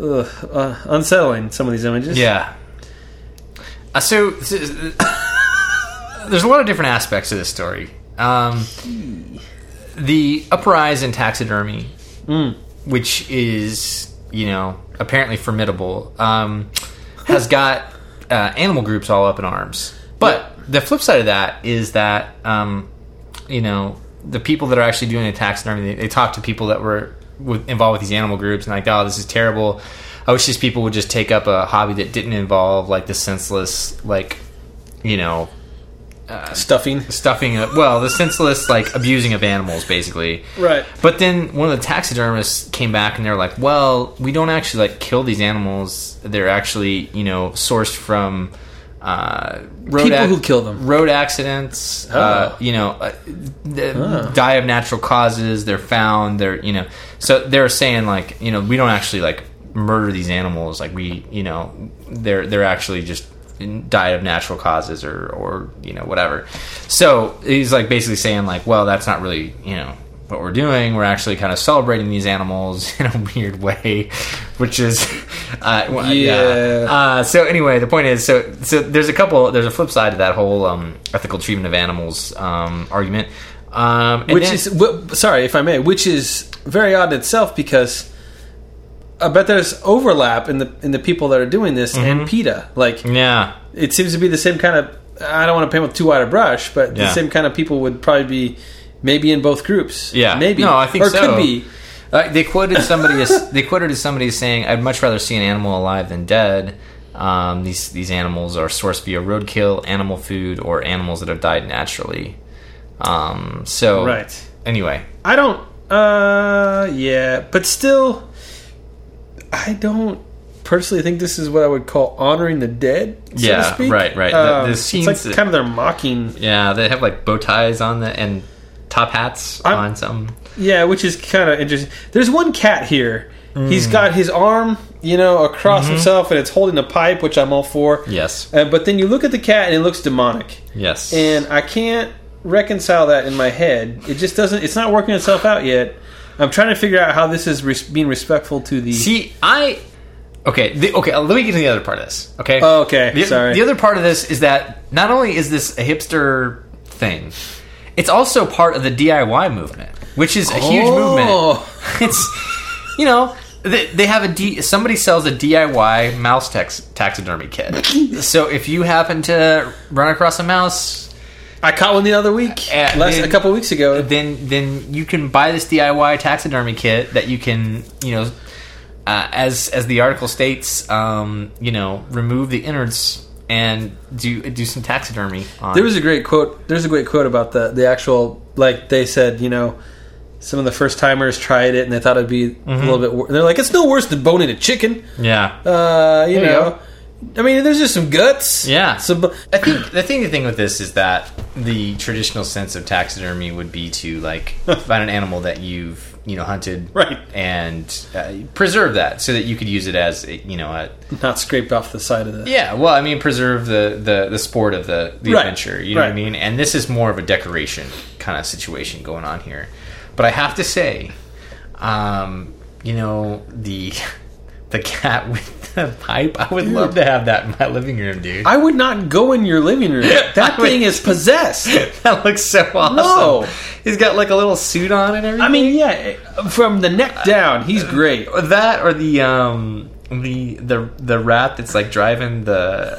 B: ugh, uh, unsettling. Some of these images.
A: Yeah. Uh, so, so, uh, there's a lot of different aspects of this story. Um, the uprise in taxidermy, which is you know apparently formidable, um, has got uh, animal groups all up in arms. But the flip side of that is that um, you know the people that are actually doing the taxidermy, they, they talk to people that were with, involved with these animal groups and like, oh, this is terrible. I wish these people would just take up a hobby that didn't involve like the senseless, like you know,
B: stuffing.
A: stuffing of well, the senseless like abusing of animals, basically.
B: Right.
A: But then one of the taxidermists came back and they're like, "Well, we don't actually like kill these animals. They're actually, you know, sourced from uh, road
B: People who kill them.
A: road accidents.
B: Oh.
A: Uh, you know, uh, th- die of natural causes. They're found. They're you know. So they're saying like, you know, we don't actually like murder these animals. Like we, you know, they're they're actually just died of natural causes or or you know whatever. So he's like basically saying like, well, that's not really you know what we're doing. We're actually kind of celebrating these animals in a weird way, which is uh, well,
B: Yeah.
A: Uh, so anyway, the point is, so so there's a couple, there's a flip side to that whole um, ethical treatment of animals um, argument, um, and
B: Which
A: then-
B: is wh- sorry if I may. Which is very odd in itself because. I bet there's overlap in the in the people that are doing this and PETA. Like
A: yeah,
B: it seems to be the same kind of I don't want to paint with too wide a brush, but the
A: Yeah.
B: same kind of people would probably be maybe in both groups.
A: Yeah.
B: maybe
A: No, I think
B: or
A: so.
B: could be.
A: Uh, they quoted somebody. As, they quoted as somebody as saying, "I'd much rather see an animal alive than dead." Um, these these animals are sourced via roadkill, animal food, or animals that have died naturally. Um, so
B: Right.
A: Anyway,
B: I don't. Uh, yeah, but still, I don't personally think this is what I would call honoring the dead. So to
A: Yeah,
B: speak.
A: right, right. The-
B: Um,
A: the
B: it's
A: scenes
B: like
A: that-
B: kind of their mocking.
A: yeah, they have like bow ties on the and top hats
B: I'm-
A: on some.
B: Yeah, which is kind of interesting. There's one cat here. He's
A: Mm.
B: got his arm, you know, across
A: Mm-hmm.
B: himself, and it's holding a pipe, which I'm all for.
A: Yes,
B: Uh, but then you look at the cat, and it looks demonic.
A: yes,
B: and I can't reconcile that in my head. It just doesn't. It's not working itself out yet. I'm trying to figure out how this is res- being respectful to the.
A: See, I okay. The, okay, let me get to the other part of this. Okay.
B: Oh, okay,
A: The,
B: sorry.
A: The other part of this is that not only is this a hipster thing, it's also part of the DIY movement, which is a huge
B: Oh.
A: movement. It's you know. They they have a D. Somebody sells a DIY mouse tax, taxidermy kit. so if you happen to run across a mouse,
B: I caught one the other week,
A: Uh,
B: last
A: then-
B: a couple weeks ago.
A: then then you can buy this DIY taxidermy kit that you can you know uh, as as the article states um, you know remove the innards and do do some taxidermy. On
B: There was a great quote. There's a great quote about the the actual like they said, you know, some of the first timers tried it and they thought it'd be a
A: Mm-hmm.
B: little bit. Wor- they're like, it's no worse than boning a chicken.
A: yeah,
B: Uh, you
A: There you
B: know, I mean, there's just some guts.
A: Yeah.
B: Some, bu-
A: I think the thing the thing with this is that the traditional sense of taxidermy would be to like find an animal that you've you know hunted
B: Right.
A: and uh, preserve that so that you could use it as you know a,
B: not scraped off the side of the.
A: yeah well I mean preserve the the, the sport of the, the
B: Right.
A: adventure you know what I
B: Right.
A: mean and this is more of a decoration kind of situation going on here but I have to say um, you know the the cat with the pipe I would love to have that in my living room dude
B: I would not go in your living room. That
A: would-
B: thing is possessed.
A: that looks so awesome.
B: No.
A: He's got like a little suit on and everything.
B: I mean, yeah, from the neck down, he's great.
A: that or the um the the the rat that's like driving the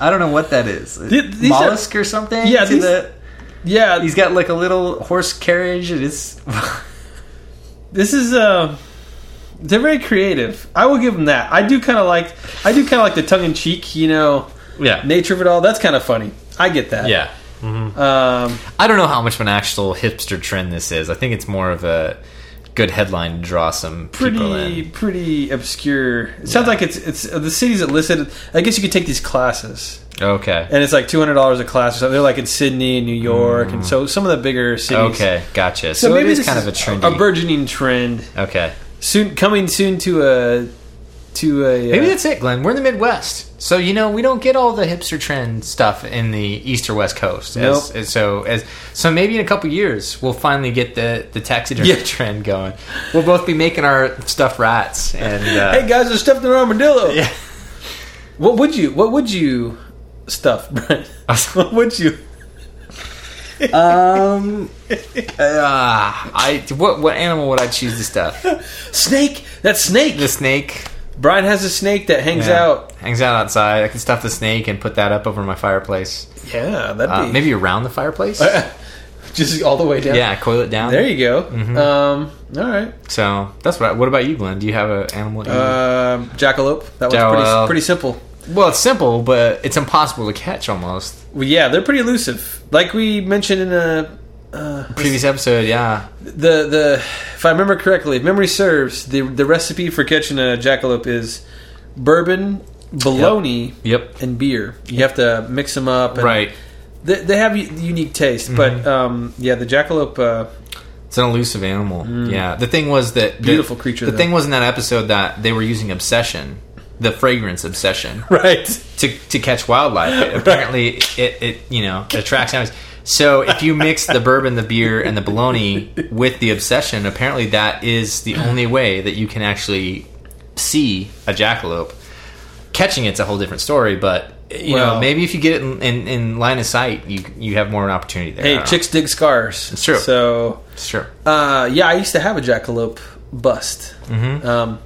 A: I don't know what that is.
B: these
A: Mollusk or something?
B: Yeah,
A: to
B: these-
A: the-
B: Yeah,
A: he's got like a little horse carriage and it's
B: this is uh, they're very creative. I will give them that. I do kind of like, I do kind of like the tongue in cheek, you know,
A: Yeah.
B: nature of it all. That's kind of funny. I get that.
A: yeah.
B: Um,
A: I don't know how much of an actual hipster trend this is. I think it's more of a good headline to draw some people
B: pretty,
A: in.
B: pretty obscure. It sounds like it's it's uh, the cities that listed. I guess you could take these classes,
A: Okay.
B: and it's like two hundred dollars a class. or something. They're like in Sydney and New York, and so some of the bigger cities.
A: Okay, gotcha. So,
B: So, maybe
A: it is
B: this
A: kind
B: is
A: of a trendy.
B: a burgeoning trend.
A: okay.
B: Soon coming soon to a to a.
A: Maybe
B: uh,
A: that's it, Glenn. We're in the Midwest, so you know we don't get all the hipster trend stuff in the East or West Coast. As,
B: Nope.
A: as- so as so maybe in a couple years we'll finally get the the taxidermy
B: Yeah.
A: trend going. We'll both be making our stuffed rats and uh,
B: Hey guys, I stuffed an armadillo. Yeah. What would you? What would you stuff, Brent? what would you?
A: ah, I what what animal would I choose to stuff?
B: Snake. That snake.
A: The snake
B: Brian has a snake that hangs
A: Yeah.
B: out.
A: hangs out outside. I can stuff the snake and put that up over my fireplace.
B: Yeah, that'd
A: Uh,
B: be
A: maybe around the fireplace.
B: just all the way down.
A: yeah, Mm-hmm. coil it down.
B: There you go. Um, all right.
A: so that's what. I, what about you, Glenn? Do you have an animal? That you
B: Um, jackalope. That one's
A: Jackalope.
B: pretty, pretty simple.
A: Well, it's simple, but it's impossible to catch almost.
B: Well, yeah, they're pretty elusive. Like we mentioned in a,
A: Previous episode, yeah.
B: the the if I remember correctly, if memory serves, the the recipe for catching a jackalope is bourbon, bologna,
A: Yep.
B: and beer. You have to mix them up. And
A: Right. Mm-hmm.
B: They, they have u- unique taste, but um, yeah, the jackalope. Uh,
A: It's an elusive animal. Yeah. The thing was that the-
B: Mm. Beautiful creature,
A: The
B: though.
A: thing was in that episode that they were using obsession, the fragrance obsession,
B: right.
A: to to catch wildlife. It- apparently, it it you know attracts animals. So if you mix the bourbon, the beer, and the bologna with the obsession, apparently that is the only way that you can actually see a jackalope. Catching it's a whole different story, but you know
B: Well-
A: maybe if you get it in, in, in line of sight, you you have more of an opportunity there. I
B: Hey,
A: don't
B: chicks dig scars.
A: It's true.
B: So
A: know. sure.
B: Uh, yeah, I used to have a jackalope bust. Mm-hmm. Um,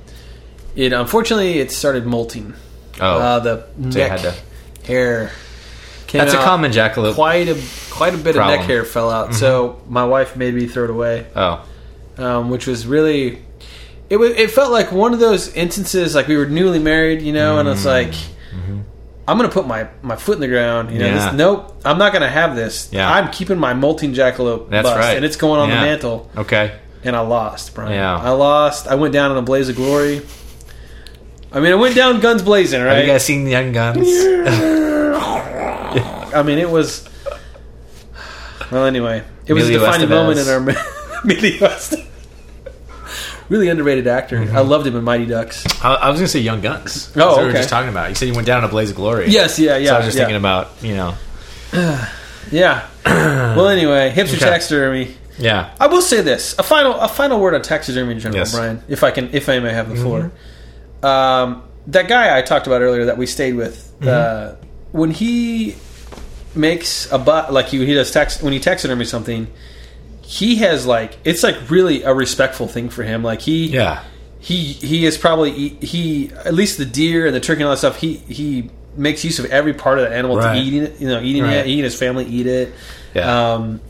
B: it unfortunately it started molting.
A: Oh,
B: Uh, the
A: so you
B: neck
A: had to-
B: hair. came
A: that's a
B: out.
A: common jackalope.
B: Quite a quite a bit
A: Problem. Mm-hmm.
B: of neck hair fell out. So my wife made me throw it away,
A: oh,
B: um, which was really. It wa- it felt like one of those instances like we were newly married, you know, and it's
A: Mm-hmm.
B: like. I'm gonna put my, my foot in the ground, you know.
A: Yeah.
B: This, nope, I'm not gonna have this.
A: Yeah.
B: I'm keeping my molting jackalope
A: that's
B: bust,
A: right.
B: and it's going on
A: Yeah.
B: the mantle
A: Okay,
B: and I lost, Brian.
A: Yeah.
B: I lost. I went down in a blaze of glory. I mean, I went down guns blazing,
A: have you
B: right?
A: guys seen the Young Guns?
B: I mean, it was. Well, anyway, it was
A: Emilio
B: a defining moment
A: Estevez.
B: in our. Emilio Estevez. really underrated actor. I loved him in Mighty Ducks.
A: I, I was gonna say Young Guns. That's
B: Oh,
A: what we were
B: okay.
A: just talking about. You said you went down in a blaze of glory.
B: Yes, yeah, yeah.
A: So I was just
B: yeah,
A: thinking about you know.
B: Yeah. well, anyway, hipster
A: Okay.
B: taxidermy.
A: Yeah.
B: I will say this: a final, a final word on taxidermy in general,
A: Yes.
B: Brian, if I can, if I may have the floor. Um, that guy I talked about earlier that we stayed with, uh, when he makes a butt like he, he does tax when he taxidermy something, he has like it's like really a respectful thing for him. Like he,
A: Yeah.
B: he he is probably he at least the deer and the turkey and all that stuff. He he makes use of every part of the animal
A: Right.
B: to eating it. You know, eating
A: Right.
B: it, he and his family eat it.
A: Yeah.
B: Um,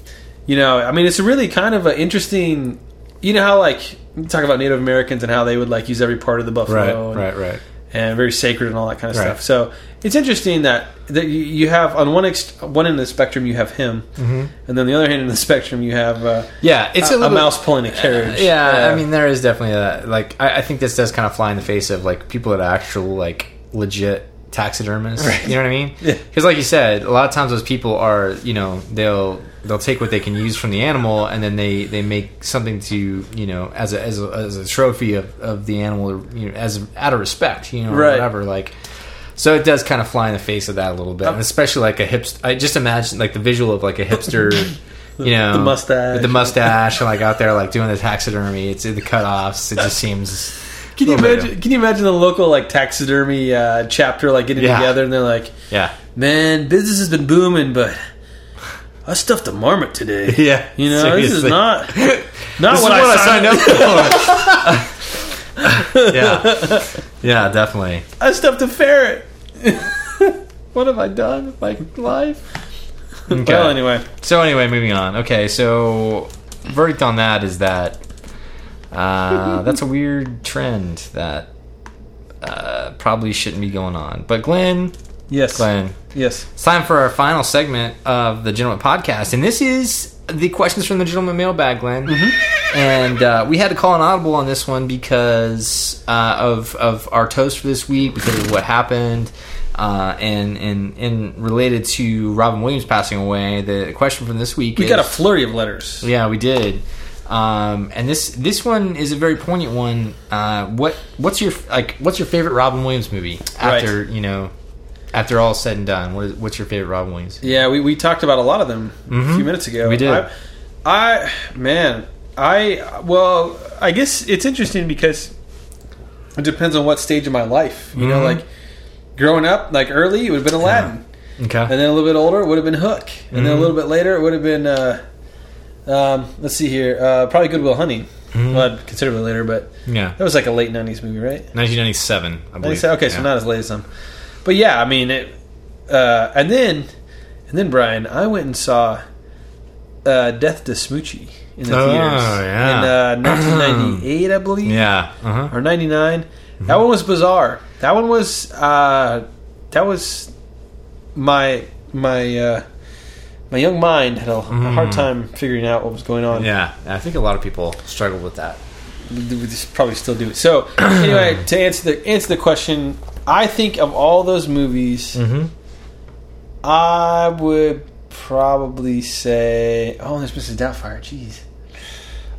B: you know, I mean, it's a really kind of an interesting. You know how like you talk about Native Americans and how they would like use every part of the buffalo.
A: right.
B: and,
A: Right. Right.
B: and very sacred and all that kind of
A: Right.
B: stuff. So it's interesting that that you- you have on one ex- one end of the spectrum you have him,
A: Mm-hmm.
B: and then the other end of the spectrum you have uh,
A: Yeah, it's a,
B: a,
A: little,
B: mouse pulling a carriage.
A: Yeah,
B: Uh,
A: I mean, there is definitely that. Like, I, I think this does kind of fly in the face of like people that are actual like legit taxidermists. You know what I mean? Because, like you said, a lot of times those people are, you know, they'll they'll take what they can use from the animal and then they they make something to you know as a as a, as a trophy of of the animal, you know, as out of respect, you know, or
B: Right.
A: whatever. Like. So it does kind of fly in the face of that a little bit, and especially like a hipster. I just imagine like the visual of like a hipster, you know,
B: the mustache.
A: with the mustache, and like out there like doing the taxidermy. It's the cutoffs. It just seems.
B: Can you
A: little bit
B: imagine? Can you imagine the local like taxidermy uh, chapter like getting
A: Yeah.
B: together and they're like,
A: Yeah,
B: "Man, business has been booming, but I stuffed a marmot today.
A: Yeah,
B: you know this is
A: seriously.
B: not not what, I, signed up.
A: up for. yeah, yeah, definitely.
B: I stuffed a ferret. what have I done with my life?
A: Okay.
B: Well, anyway,
A: So anyway, moving on. Okay, so verdict on that is that uh, that's a weird trend that uh, probably shouldn't be going on. But Glenn,
B: yes,
A: Glenn,
B: yes.
A: It's time for our final segment of the Gentleman Podcast, and this is the questions from the Gentleman Mailbag, Glenn.
B: Mm-hmm.
A: And uh, we had to call an audible on this one because uh, of of our toast for this week, because of what happened, uh, and and and related to Robin Williams passing away. The question from this week
B: We
A: is,
B: got a flurry of letters.
A: yeah, we did. Um, and this this one is a very poignant one. Uh, what what's your like what's your favorite Robin Williams movie after you know after all said and done? What is, what's your favorite Robin Williams?
B: Yeah, we, we talked about a lot of them a few minutes ago.
A: We did.
B: I, I man, I well, I guess it's interesting because it depends on what stage of my life. You know, like growing up, like early, it would have been Aladdin,
A: Okay,
B: and then a little bit older, it would have been Hook, and
A: Mm-hmm.
B: then a little bit later, it would have been. Uh, um, let's see here, uh, probably Goodwill Hunting.
A: Mm-hmm.
B: Well, I'd consider it later, but
A: yeah,
B: that was like a late '90s movie, right?
A: 1997, I
B: They
A: believe.
B: said- okay, so
A: Yeah.
B: not as late as some, but yeah, I mean, it, uh, and then and then Brian, I went and saw uh, Death to Smoochie in the
A: Oh,
B: theaters
A: yeah.
B: in uh, 1998, I believe,
A: yeah, uh-huh.
B: or 99. That one was bizarre. That one was uh, that was my my uh, my young mind had a, a hard time figuring out what was going on.
A: yeah. I think a lot of people struggle with that.
B: we just probably still do it. So anyway, to answer the answer the question, I think of all those movies, I would probably say, oh, there's Mrs. Doubtfire. Jeez,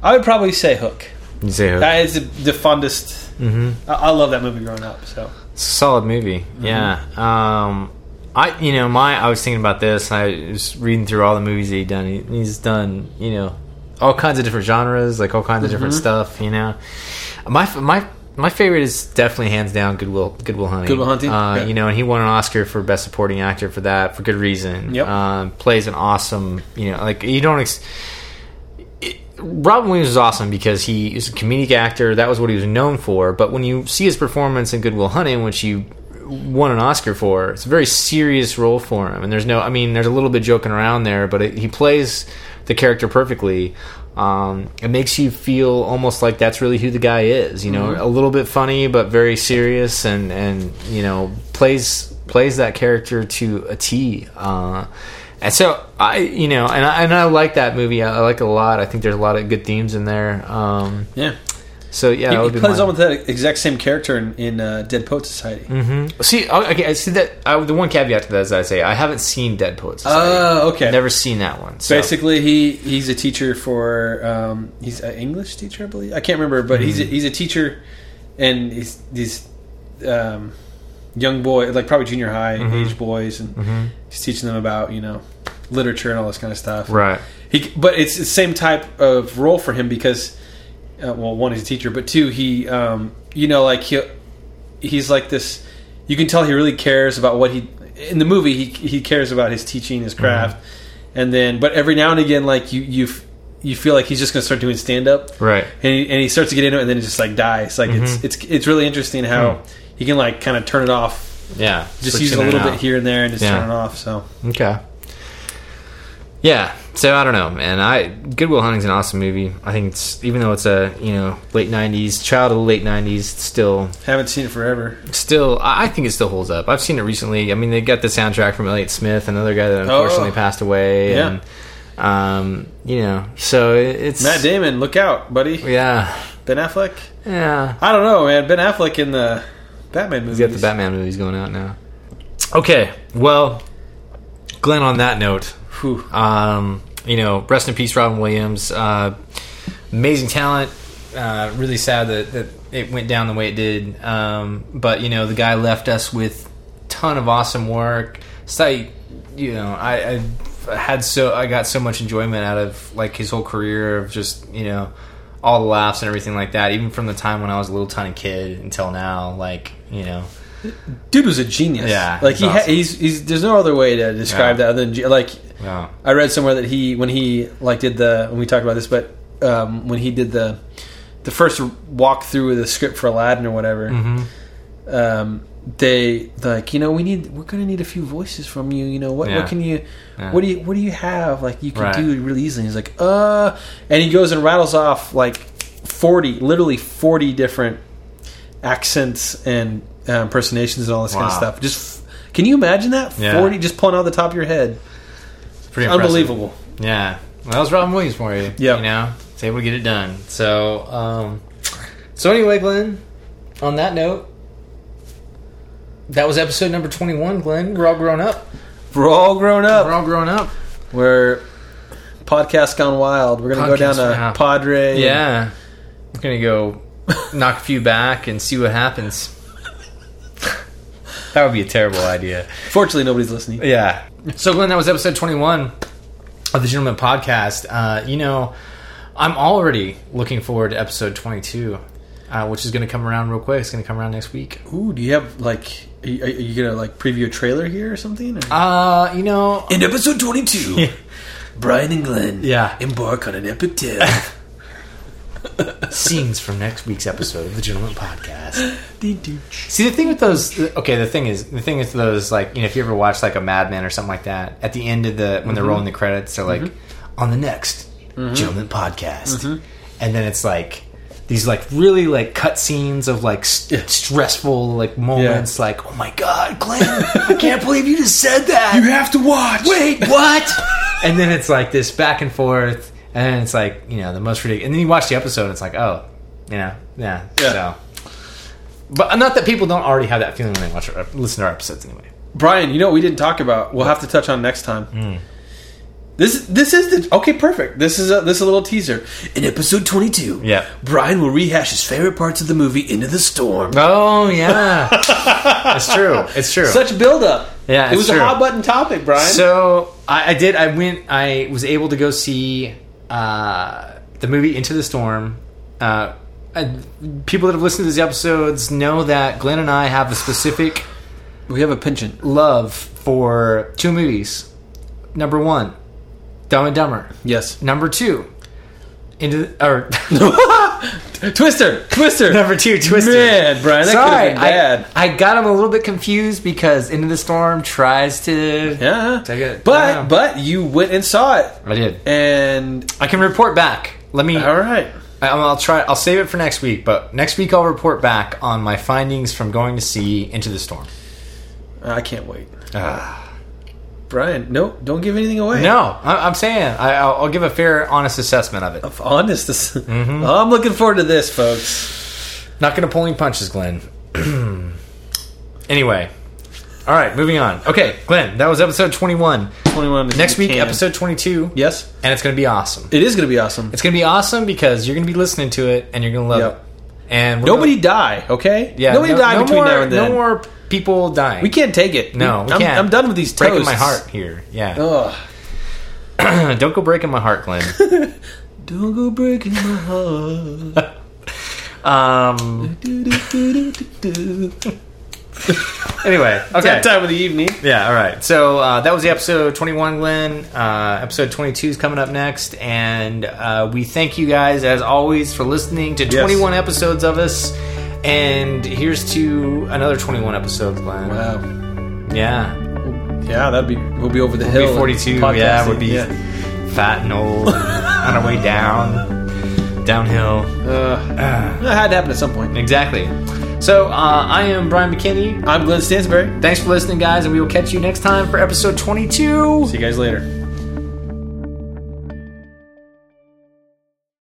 B: I would probably say Hook.
A: You say
B: That is the, the fondest. I, I love that movie growing up. So
A: solid movie.
B: Mm-hmm.
A: Yeah. Um, I you know my I was thinking about this. I was reading through all the movies that he done. He, he's done you know all kinds of different genres, like all kinds of
B: Mm-hmm.
A: different stuff. You know, my f- my. My favorite is definitely hands down Goodwill Goodwill Hunting.
B: Good Will Hunting?
A: uh,
B: Yeah.
A: you know, and he won an Oscar for Best Supporting Actor for that for good reason.
B: Yep.
A: Um, plays an awesome, you know, like you don't. Ex- Robin Williams is awesome because he is a comedic actor. That was what he was known for. But when you see his performance in Good Will Hunting, which you won an Oscar for, it's a very serious role for him. And there's no, I mean, there's a little bit joking around there, but it, he plays the character perfectly. Um, it makes you feel almost like that's really who the guy is. You know, a little bit funny, but very serious, and and you know plays plays that character to a T. Uh, and so I, you know, and I, and I like that movie. I, I like it a lot. I think there's a lot of good themes in there. Um,
B: yeah,
A: so yeah, that
B: he,
A: would
B: he
A: be
B: plays
A: mine.
B: on with that exact same character in, in uh, Dead Poet Society.
A: See, oh, okay, I see that. I, the one caveat to that is I say I haven't seen Dead Poets. Society.
B: Oh, okay.
A: Never seen that one. So.
B: Basically, he he's a teacher for um, he's an English teacher, I believe. I can't remember, but
A: Mm-hmm.
B: he's a, he's a teacher, and he's these um, young boy, like probably junior high
A: Mm-hmm.
B: age boys, and he's teaching them about you know literature and all this kind of stuff.
A: right.
B: He, but it's the same type of role for him because, uh, well, one he's a teacher, but two he, um, you know, like he, he's like this. You can tell he really cares about what he in the movie. He he cares about his teaching,
A: Mm-hmm.
B: his craft, and then but every now and again, like you you f- you feel like he's just going to start doing stand up,
A: Right. Mm-hmm.
B: And he, and he starts to get into it, and then it just like dies. Like it's it's it's really interesting how he can like kind of turn it off.
A: Yeah.
B: Just
A: Switching
B: use it a
A: in
B: little
A: and
B: bit
A: out.
B: here and there and just
A: Yeah.
B: turn it off. So
A: Okay. Yeah. So I don't know, man. I Goodwill Hunting's an awesome movie. I think it's even though it's a you know late '90s child of the late '90s, it's still
B: Haven't seen it forever.
A: still I I think it still holds up. I've seen it recently. I mean, they got the soundtrack from Elliott Smith, another guy that unfortunately passed away.
B: Oh. Yeah.
A: And, um, you know, so it, it's
B: Matt Damon, look out, buddy.
A: Yeah,
B: Ben Affleck.
A: yeah.
B: I don't know, man. Ben Affleck in the Batman movies.
A: We got the Batman movies going out now. Okay, well, Glenn. On that note,
B: Whew.
A: um, you know, rest in peace, Robin Williams. Uh, amazing talent. Uh, really sad that, that it went down the way it did. Um, but you know, the guy left us with ton of awesome work. It's like, you know, I, I had so I got so much enjoyment out of like his whole career of just you know all the laughs and everything like that. Even from the time when I was a little tiny kid until now, like you know,
B: Dude was a genius.
A: Yeah,
B: like
A: he's
B: he ha-
A: awesome.
B: he's he's. There's no other way to describe
A: Yeah.
B: that other than ge- like.
A: yeah,
B: I read somewhere that he when he like did the when we talked about this, but um, when he did the the first walk through of the script for Aladdin or whatever,
A: Mm-hmm.
B: um, they like you know we need we're gonna need a few voices from you. You know what
A: Yeah.
B: what can you
A: Yeah.
B: what do you what do you have like you can
A: Right.
B: do really easily. He's like uh, and he goes and rattles off like forty literally forty different accents and uh, impersonations and all this kind of
A: Wow.
B: stuff. Just f- can you imagine that
A: Yeah.
B: forty just pulling out the top of your head?
A: it's pretty impressive.
B: Unbelievable.
A: Yeah. Well, that was Robin Williams for you.
B: Yep.
A: You know, it's able to get it done. So, um, so anyway, Glenn, on that note, that was episode number 21, Glenn. We're all grown up.
B: We're all grown
A: We're
B: up.
A: all grown up.
B: We're podcast gone wild. We're gonna go
A: Podcast
B: down to
A: gone-
B: Padre.
A: Yeah. We're going to go knock a few back and see what happens. that would be a terrible idea.
B: Fortunately, nobody's listening.
A: Yeah. So, Glenn, that was episode 21 of the Gentleman Podcast. Uh, you know, I'm already looking forward to episode 22, uh, which is going to come around real quick. It's going to come around next week.
B: Ooh, do you have like? Are you, are you gonna like preview a trailer here or something? Or?
A: Uh, you know,
I: In episode 22, Brian and Glenn
A: yeah.
I: embark on an epic tale.
A: Scenes from next week's episode of the Gentleman Podcast. See, the thing with those, okay, the thing is, the thing is those, like, you know, if you ever watch, like, a Mad Men or something like that, at the end of the, when they're rolling the credits, they're like, on the next Gentleman Podcast. And then it's like, these like really like cut scenes of like st- stressful like moments like oh my god glenn i can't believe you just said that you have to watch wait what and then it's like this back and forth and then it's like you know the most ridiculous and then you watch the episode and it's like oh you know yeah,
B: Yeah.
A: so but not that people don't already have that feeling when they watch our, listen to our episodes anyway
B: Brian, you know what we didn't talk about. We'll have to touch on next time.
A: Hmm.
B: This this is the okay. Perfect. This is a, this is a little teaser.
I: In episode 22,
A: yeah
I: Brian will rehash his favorite parts of the movie Into the Storm.
A: oh yeah it's true it's true
B: Such build up.
A: Yeah,
B: it was
A: it's
B: a
A: true.
B: hot button topic, Brian.
A: So I, I did. I went. I was able to go see uh, the movie Into the Storm. Uh, and people that have listened to these episodes know that Glenn and I have a specific
B: we have a penchant.
A: love for two movies. Number one, Dumb and Dumber.
B: Yes,
A: Number two, into the, or
B: Twister, Twister.
A: number two, Twister.
B: Man, Brian, that could
A: Sorry,
B: have been bad.
A: I, I got him a little bit confused because Into the Storm tries to.
B: yeah,
A: Take it.
B: But
A: Yeah.
B: but you went and saw it,
A: I did.
B: and
A: I can report back. Let me.
B: all right.
A: I- I'll try. I'll save it for next week, but next week I'll report back on my findings from going to see Into the Storm.
B: I can't wait.
A: Ah.
B: Brian, no, don't give anything away.
A: No, I, I'm saying I, I'll, I'll give a fair, honest assessment of it.
B: Of honest. This,
A: Mm-hmm.
B: I'm looking forward to this, folks.
A: Not going to pull any punches, Glenn. anyway, all right, moving on. Okay, Glenn, that was episode 21.
B: 21 is
A: Next
B: in the
A: week,
B: can.
A: episode 22,
B: Yes,
A: and it's going to be awesome.
B: it is going to be awesome.
A: It's going to be awesome because you're going to be listening to it and you're going to love
B: Yep.
A: it. And we're
B: Nobody
A: gonna-
B: die, okay?
A: yeah,
B: nobody
A: no-
B: die
A: no
B: between
A: more,
B: now and then.
A: No more people dying.
B: We can't take it.
A: No, we
B: I'm,
A: can't.
B: I'm done with these
A: breaking
B: toasts. Oh.
A: my heart here. Yeah.
B: Ugh.
A: Don't go breaking my heart, Glenn.
B: Don't go breaking my heart.
A: Um.
B: Do-do-do-do-do-do.
A: Anyway, okay.
B: That time of the evening.
A: Yeah. All right. So uh, that was the episode 21, Glenn. Uh, episode 22 is coming up next, and uh, we thank you guys as always for listening to 21 episodes of us. And here's to another 21 episodes, Glenn.
B: Wow.
A: Yeah.
B: Yeah, that'd be we'll be over the
A: We'll
B: hill.
A: be
B: and
A: 42. Yeah,
B: podcasting,
A: would be
B: yeah.
A: fat and old and on our way down, downhill.
B: That had to happen at some point.
A: Exactly. So uh, I am Brian McKinney.
B: I'm Glenn Stansbury.
A: Thanks for listening, guys, and we will catch you next time for episode 22.
B: See you guys later.